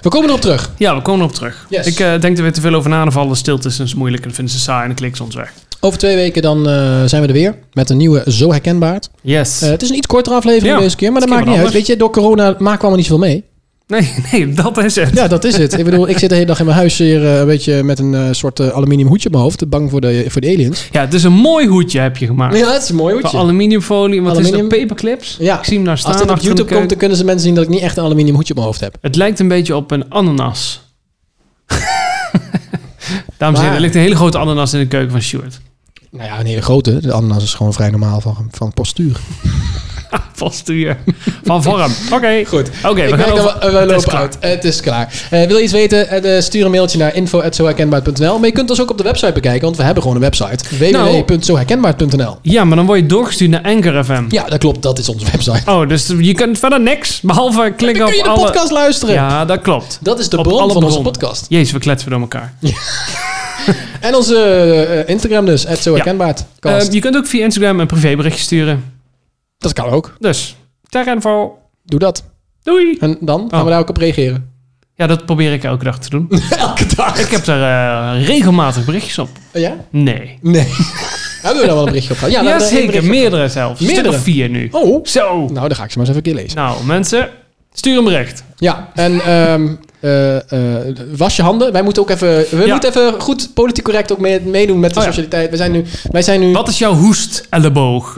[SPEAKER 3] We komen erop terug.
[SPEAKER 1] Ja, we komen erop terug.
[SPEAKER 3] Yes.
[SPEAKER 1] Ik eh, denk er weer te veel over na. Dan vallen stiltes en is moeilijk. En dan vinden ze saai en dan klikken ze ons weg.
[SPEAKER 3] Over twee weken dan eh, zijn we er weer met een nieuwe Zo Herkenbaar.
[SPEAKER 1] Yes.
[SPEAKER 3] Eh, het is een iets kortere aflevering
[SPEAKER 1] Ja,
[SPEAKER 3] deze keer, maar dat
[SPEAKER 1] het is
[SPEAKER 3] maakt
[SPEAKER 1] een
[SPEAKER 3] niet
[SPEAKER 1] keer wat
[SPEAKER 3] uit. Weet je, door corona maken we allemaal niet veel mee.
[SPEAKER 1] nee, nee, dat is het.
[SPEAKER 3] Ja, dat is het. Ik bedoel, ik zit de hele dag in mijn huis hier eh, een beetje met een eh, soort eh, aluminium hoedje op mijn hoofd. Bang voor de, voor de aliens.
[SPEAKER 1] Ja, het is een mooi hoedje heb je gemaakt.
[SPEAKER 3] Ja, dat is een mooi
[SPEAKER 1] Van aluminiumfolie. Wat is
[SPEAKER 3] Aluminium.
[SPEAKER 1] dat? Paperclips?
[SPEAKER 3] Ja.
[SPEAKER 1] Ik zie hem nou staan.
[SPEAKER 3] Als dit op
[SPEAKER 1] achter
[SPEAKER 3] YouTube
[SPEAKER 1] elkaar.
[SPEAKER 3] komt, dan kunnen ze mensen zien dat ik niet echt een aluminium hoedje op mijn hoofd heb.
[SPEAKER 1] Het lijkt een beetje op een ananas. Dames en heren,
[SPEAKER 3] Maar-
[SPEAKER 1] er ligt een hele grote ananas in de keuken van Stuart.
[SPEAKER 3] Nou ja, een hele grote. De ananas is gewoon vrij normaal van, van postuur.
[SPEAKER 1] Postuur. Van vorm. Oké.
[SPEAKER 3] Goed.
[SPEAKER 1] Oké, we
[SPEAKER 3] ik
[SPEAKER 1] gaan
[SPEAKER 3] merk
[SPEAKER 1] over...
[SPEAKER 3] dat we, we
[SPEAKER 1] Het is
[SPEAKER 3] lopen
[SPEAKER 1] klaar.
[SPEAKER 3] uit. Het is klaar. Eh, wil je iets weten? Eh, eh, stuur een mailtje naar info.zoherkenbaar.nl. Maar je kunt ons ook op de website bekijken, want we hebben gewoon een website.
[SPEAKER 1] Nou.
[SPEAKER 3] www.zoherkenbaar.nl
[SPEAKER 1] Ja, maar dan word je doorgestuurd naar Anchor FM.
[SPEAKER 3] Ja, dat klopt. Dat is onze website.
[SPEAKER 1] Oh, dus je kunt verder niks, behalve klikken
[SPEAKER 3] Dan kun je
[SPEAKER 1] op
[SPEAKER 3] de
[SPEAKER 1] alle...
[SPEAKER 3] podcast luisteren.
[SPEAKER 1] Ja, dat klopt.
[SPEAKER 3] Dat is de
[SPEAKER 1] Op
[SPEAKER 3] bron
[SPEAKER 1] alle
[SPEAKER 3] van onze
[SPEAKER 1] bronnen.
[SPEAKER 3] podcast.
[SPEAKER 1] Jezus, we kletsen door elkaar.
[SPEAKER 3] En onze eh, eh, Instagram dus, zo
[SPEAKER 1] Eh, je kunt ook via Instagram een privéberichtje sturen.
[SPEAKER 3] dat kan ook.
[SPEAKER 1] Dus, ter info.
[SPEAKER 3] Doe dat.
[SPEAKER 1] Doei.
[SPEAKER 3] En dan gaan we
[SPEAKER 1] Oh.
[SPEAKER 3] daar ook op reageren.
[SPEAKER 1] Ja, dat probeer ik elke dag te doen.
[SPEAKER 3] Elke dag.
[SPEAKER 1] ik heb daar eh, regelmatig berichtjes op.
[SPEAKER 3] Ja?
[SPEAKER 1] Nee.
[SPEAKER 3] Nee. hebben we daar wel een berichtje op gehad? Ja,
[SPEAKER 1] Ja,
[SPEAKER 3] we hebben daar één
[SPEAKER 1] zeker. Meerdere zelfs. Meerdere.
[SPEAKER 3] Meerdere?
[SPEAKER 1] Stuk of vier nu.
[SPEAKER 3] berichtje op gehad.
[SPEAKER 1] Zo.
[SPEAKER 3] Oh, nou, dan ga ik ze maar eens even een keer lezen.
[SPEAKER 1] Nou, mensen, stuur een bericht.
[SPEAKER 3] Ja, en ehm, eh, eh, was je handen. Wij moeten ook even, we
[SPEAKER 1] Ja.
[SPEAKER 3] moeten even goed politiek correct ook mee- meedoen met de
[SPEAKER 1] Oh ja.
[SPEAKER 3] socialiteit. Wij zijn nu, wij zijn nu...
[SPEAKER 1] Wat is jouw hoest, elleboog?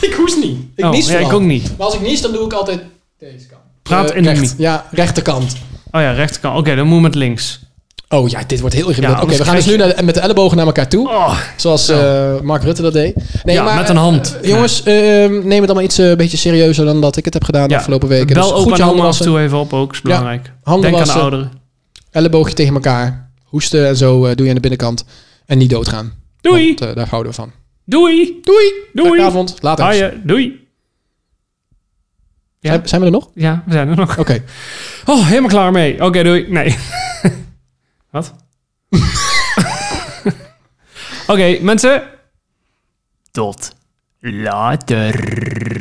[SPEAKER 3] Ik hoest niet. Ik
[SPEAKER 1] Oh,
[SPEAKER 3] nies
[SPEAKER 1] ja, ik
[SPEAKER 3] vooral.
[SPEAKER 1] ook niet.
[SPEAKER 3] Maar als ik nies, dan doe ik altijd deze kant.
[SPEAKER 1] Praat
[SPEAKER 3] Eh,
[SPEAKER 1] in de
[SPEAKER 3] recht.
[SPEAKER 1] mic.
[SPEAKER 3] Ja, rechterkant.
[SPEAKER 1] Oh ja, rechterkant. Oké, dan moet met links.
[SPEAKER 3] Oh ja, dit wordt heel ingewikkeld. Oké,
[SPEAKER 1] anders
[SPEAKER 3] we gaan dus
[SPEAKER 1] krijg
[SPEAKER 3] nu naar de- met de ellebogen naar elkaar toe.
[SPEAKER 1] Oh,
[SPEAKER 3] Zoals eh, Mark Rutte dat deed. Nee,
[SPEAKER 1] Ja, met een
[SPEAKER 3] eh,
[SPEAKER 1] hand.
[SPEAKER 3] eh, jongens, eh, neem het allemaal iets eh, een beetje serieuzer dan dat ik het heb gedaan de
[SPEAKER 1] ja.
[SPEAKER 3] afgelopen weken.
[SPEAKER 1] Bel
[SPEAKER 3] Dus
[SPEAKER 1] opa
[SPEAKER 3] goed je
[SPEAKER 1] en
[SPEAKER 3] handen
[SPEAKER 1] oma af en
[SPEAKER 3] wassen,
[SPEAKER 1] toe even op, ook is belangrijk.
[SPEAKER 3] handen
[SPEAKER 1] Denk aan de
[SPEAKER 3] wassen.
[SPEAKER 1] ouderen.
[SPEAKER 3] elleboogje tegen elkaar, hoesten en zo eh, doe je aan de binnenkant. En niet doodgaan.
[SPEAKER 1] Doei.
[SPEAKER 3] Want, eh, daar houden we van.
[SPEAKER 1] Doei.
[SPEAKER 3] Doei.
[SPEAKER 1] Doei.
[SPEAKER 3] Fijne avond. Later.
[SPEAKER 1] Haaien. Doei. Ja.
[SPEAKER 3] Zijn, zijn we er nog? Oké.
[SPEAKER 1] Ja, we zijn er nog. Oh, helemaal klaar mee. Oké, doei. Nee. Wat? Oké, mensen. Tot later.